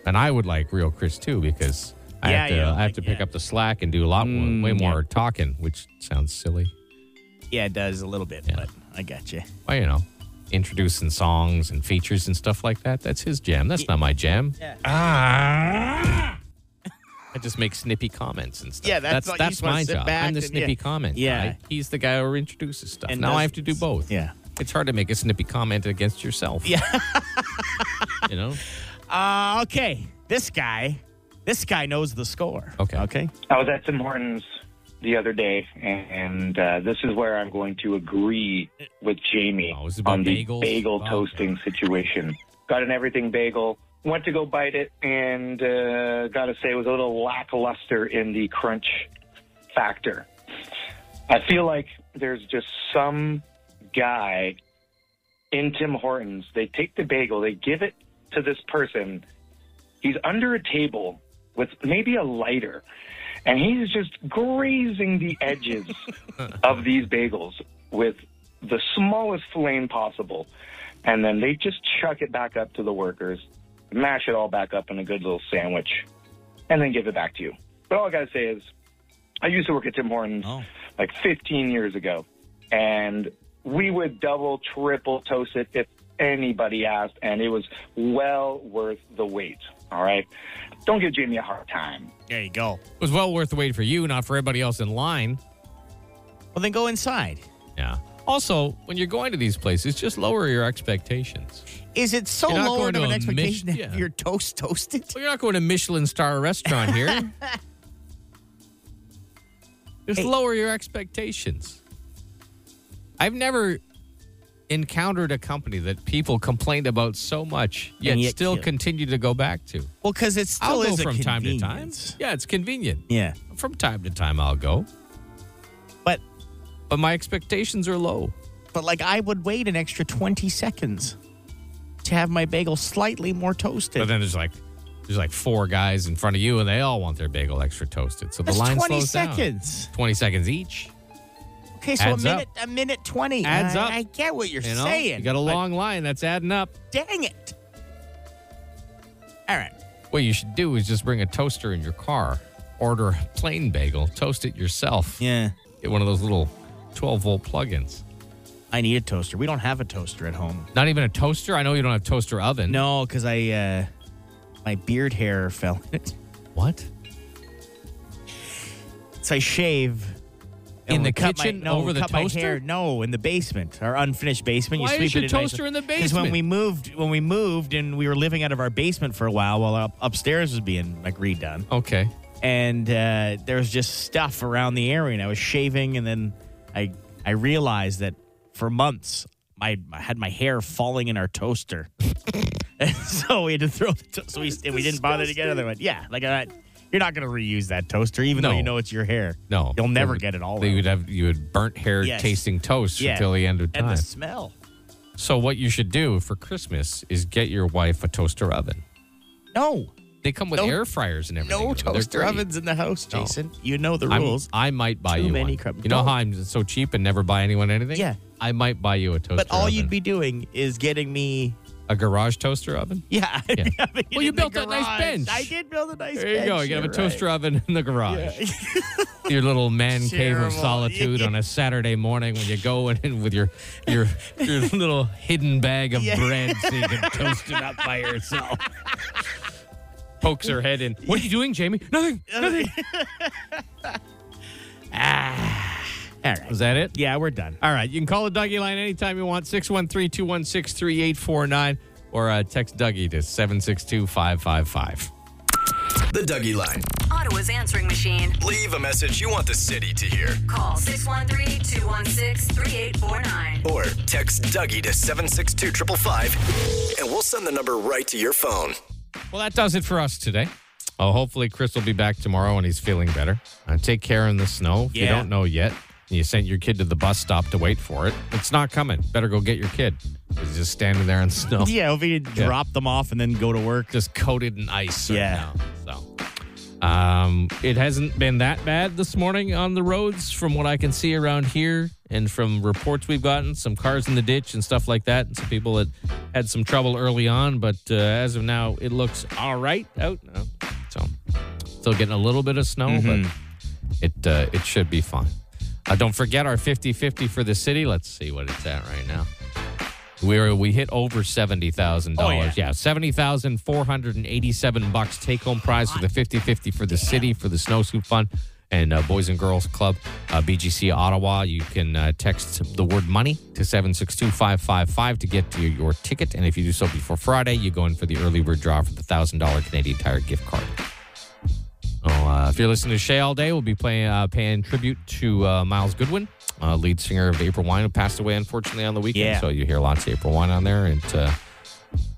Speaker 5: and I would like real Chris too because I
Speaker 6: Yeah, Mm,
Speaker 5: have to
Speaker 6: you know,
Speaker 5: I have to pick up the slack and do a lot more, way more talking, which sounds silly.
Speaker 6: Yeah, it does a little bit, but I got you.
Speaker 5: Well, you know, introducing songs and features and stuff like that. That's his jam. That's not my jam.
Speaker 6: Yeah.
Speaker 5: Ah. I just make snippy comments and stuff.
Speaker 6: Yeah, that's all- you
Speaker 5: that's
Speaker 6: just wanna
Speaker 5: my
Speaker 6: sit
Speaker 5: job.
Speaker 6: back
Speaker 5: I'm the
Speaker 6: and-
Speaker 5: snippy
Speaker 6: yeah.
Speaker 5: comment.
Speaker 6: Yeah.
Speaker 5: guy. he's the guy who introduces stuff.
Speaker 6: And
Speaker 5: now I
Speaker 6: doesn't-
Speaker 5: have to do both.
Speaker 6: Yeah.
Speaker 5: it's hard to make a snippy comment against yourself. Yeah, [laughs] you know.
Speaker 6: Uh, okay. This guy, this guy knows the score.
Speaker 5: Okay.
Speaker 6: Okay.
Speaker 10: I was at Tim Hortons the other day, and uh, this is where I'm going to agree with Jamie
Speaker 5: Oh, about
Speaker 10: on the
Speaker 5: bagels?
Speaker 10: bagel
Speaker 5: Oh,
Speaker 10: toasting situation. Got an everything bagel, went to go bite it, and uh, got to say it was a little lackluster in the crunch factor. I feel like there's just some guy in Tim Hortons. They take the bagel, they give it to this person. He's under a table with maybe a lighter, and he's just grazing the edges of these bagels with the smallest flame possible. And then they just chuck it back up to the workers, mash it all back up in a good little sandwich, and then give it back to you. But all I got to say is, I used to work at Tim Hortons like 15 years ago, and we would double, triple toast it if anybody asked, and it was well worth the wait. All right, don't give Jamie a hard time.
Speaker 6: There you go.
Speaker 5: It was well worth the wait for you, not for everybody else in line.
Speaker 6: Well, then go inside.
Speaker 5: Yeah. Also, when you're going to these places, just lower your expectations.
Speaker 6: Is it so
Speaker 5: You're not
Speaker 6: low
Speaker 5: going
Speaker 6: of
Speaker 5: to
Speaker 6: an
Speaker 5: a
Speaker 6: expectation
Speaker 5: Mich-
Speaker 6: that your toast toasted?
Speaker 5: Well, you're not going to Michelin star restaurant
Speaker 6: [laughs]
Speaker 5: here. Just lower your expectations. I've never encountered a company that people complained about so much, yet,
Speaker 6: And yet
Speaker 5: still
Speaker 6: kill.
Speaker 5: continue to go back to.
Speaker 6: Well, because it still
Speaker 5: I'll go
Speaker 6: is a
Speaker 5: from time to time.
Speaker 6: convenience.
Speaker 5: Yeah, it's convenient.
Speaker 6: Yeah.
Speaker 5: From time to time, I'll go.
Speaker 6: But
Speaker 5: but my expectations are low.
Speaker 6: But like I would wait an extra twenty seconds to have my bagel slightly more toasted.
Speaker 5: But then there's like there's like four guys in front of you, and they all want their bagel extra toasted. So the
Speaker 6: That's
Speaker 5: line
Speaker 6: 20
Speaker 5: slows down.
Speaker 6: seconds.
Speaker 5: Twenty seconds each.
Speaker 6: okay, so a
Speaker 5: adds up.
Speaker 6: minute, a minute twenty
Speaker 5: Adds
Speaker 6: I,
Speaker 5: up.
Speaker 6: I get what you're
Speaker 5: You know?
Speaker 6: saying.
Speaker 5: You got a
Speaker 6: but
Speaker 5: long line that's adding up.
Speaker 6: Dang it! All right.
Speaker 5: What you should do is just bring a toaster in your car, order a plain bagel, toast it yourself.
Speaker 6: Yeah.
Speaker 5: Get one of those little 12 volt plugins.
Speaker 6: I need a toaster. We don't have a toaster at home.
Speaker 5: Not even a toaster? I know you don't have toaster oven.
Speaker 6: No, because I uh my beard hair fell in it.
Speaker 5: What?
Speaker 6: So I shave.
Speaker 5: In
Speaker 6: And
Speaker 5: the
Speaker 6: cut my-
Speaker 5: kitchen
Speaker 6: no,
Speaker 5: over the
Speaker 6: cut
Speaker 5: toaster?
Speaker 6: My hair, no, in the basement, our unfinished basement.
Speaker 5: Why
Speaker 6: you
Speaker 5: is
Speaker 6: sweep
Speaker 5: your
Speaker 6: it in nice-
Speaker 5: toaster in the
Speaker 6: 'Cause when
Speaker 5: basement?
Speaker 6: we moved, when we moved, and we were living out of our basement for a while, while up, upstairs was being like redone,
Speaker 5: Okay.
Speaker 6: and uh, there was just stuff around the area, and I was shaving, and then I I realized that for months my I had my hair falling in our toaster, [laughs] and so we had to throw the to- so we and we didn't bother to get another one. Yeah, like I, you're not gonna reuse that toaster, even though
Speaker 5: No.
Speaker 6: you know it's your hair.
Speaker 5: No.
Speaker 6: You'll
Speaker 5: They
Speaker 6: never
Speaker 5: would-
Speaker 6: get it all
Speaker 5: They
Speaker 6: out.
Speaker 5: would have you would burnt hair
Speaker 6: Yes.
Speaker 5: tasting toast
Speaker 6: Yeah.
Speaker 5: until the end of time.
Speaker 6: And the smell.
Speaker 5: so what you should do for Christmas is get your wife a toaster oven.
Speaker 6: No.
Speaker 5: They come with air fryers and everything.
Speaker 6: No
Speaker 5: They're
Speaker 6: toaster
Speaker 5: great.
Speaker 6: ovens in the house,
Speaker 5: No.
Speaker 6: Jason. You know the
Speaker 5: I'm-
Speaker 6: rules.
Speaker 5: i might buy
Speaker 6: Too
Speaker 5: you
Speaker 6: many
Speaker 5: one.
Speaker 6: crumb-
Speaker 5: You know
Speaker 6: Don't.
Speaker 5: how I'm so cheap and never buy anyone anything?
Speaker 6: Yeah.
Speaker 5: I might buy you a toaster
Speaker 6: but all
Speaker 5: oven.
Speaker 6: you'd be doing is getting me.
Speaker 5: A garage toaster oven?
Speaker 6: [laughs] Yeah. I'd
Speaker 5: Yeah.
Speaker 6: be having it
Speaker 5: Well, you
Speaker 6: in the
Speaker 5: built a nice
Speaker 6: garage.
Speaker 5: bench.
Speaker 6: I did build a nice
Speaker 5: There you
Speaker 6: bench.
Speaker 5: go. You can have a
Speaker 6: you're
Speaker 5: toaster oven in the garage.
Speaker 6: [laughs]
Speaker 5: your little man cave
Speaker 6: Terrible.
Speaker 5: of solitude on a Saturday morning when you go in with your your
Speaker 6: [laughs]
Speaker 5: your little hidden bag of
Speaker 6: Yeah.
Speaker 5: bread so you
Speaker 6: [laughs]
Speaker 5: can toast it up by yourself. Pokes her head in. What are you doing, Jamie? Nothing. Nothing.
Speaker 6: [laughs] right. All right.
Speaker 5: Was that it?
Speaker 6: Yeah, we're done.
Speaker 5: All right. You can call the Dougie line anytime you want, 613 216 3849, or uh, text Dougie to 762 555.
Speaker 2: The Dougie Line.
Speaker 7: Ottawa's answering machine.
Speaker 2: Leave a message you want the city to hear.
Speaker 7: Call 613 216 3849.
Speaker 2: Or text Dougie to 762 555 and we'll send the number right to your phone.
Speaker 5: Well, that does it for us today. Oh, hopefully Chris will be back tomorrow and he's feeling better. Uh, take care in the snow. If you
Speaker 6: Yeah.
Speaker 5: don't know yet, and you sent your kid to the bus stop to wait for it. It's not coming. Better go get your kid. He's just standing there in snow,
Speaker 6: Yeah, if you drop them off and then go to work.
Speaker 5: just coated in ice. right
Speaker 6: Yeah.
Speaker 5: now. So, um, it hasn't been that bad this morning on the roads, from what I can see around here, and from reports we've gotten, some cars in the ditch and stuff like that, and some people that had some trouble early on. But uh, as of now, it looks all right out now. So, still getting a little bit of snow, but
Speaker 6: Mm-hmm.
Speaker 5: it uh, it should be fine. Uh, don't forget our 50-50 for the city. Let's see what it's at right now. We are we hit over seventy thousand dollars. Yeah, seventy thousand four hundred and eighty-seven bucks take home prize for the 50-50 for the city for the snowsuit fund and uh, Boys and Girls Club uh, BGC Ottawa. You can uh, text the word money to seven six two five five five to get to your ticket. And if you do so before Friday, you go in for the early bird draw for the thousand dollar Canadian Tire gift card. So, uh, if you're listening to Shay all day, we'll be playing uh, paying tribute to uh, Miles Goodwin, uh, lead singer of April Wine, who passed away unfortunately on the weekend.
Speaker 6: Yeah.
Speaker 5: So you hear lots of April Wine on there, and uh,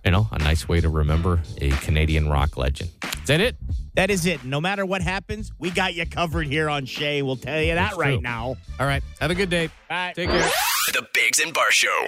Speaker 5: you know, a nice way to remember a Canadian rock legend. Is that it?
Speaker 6: That is it. No matter what happens, we got you covered here on Shay. We'll tell you that
Speaker 5: It's
Speaker 6: right
Speaker 5: true.
Speaker 6: now.
Speaker 5: All right. Have a good day.
Speaker 6: Bye.
Speaker 5: Take care.
Speaker 2: The Biggs and Bar Show.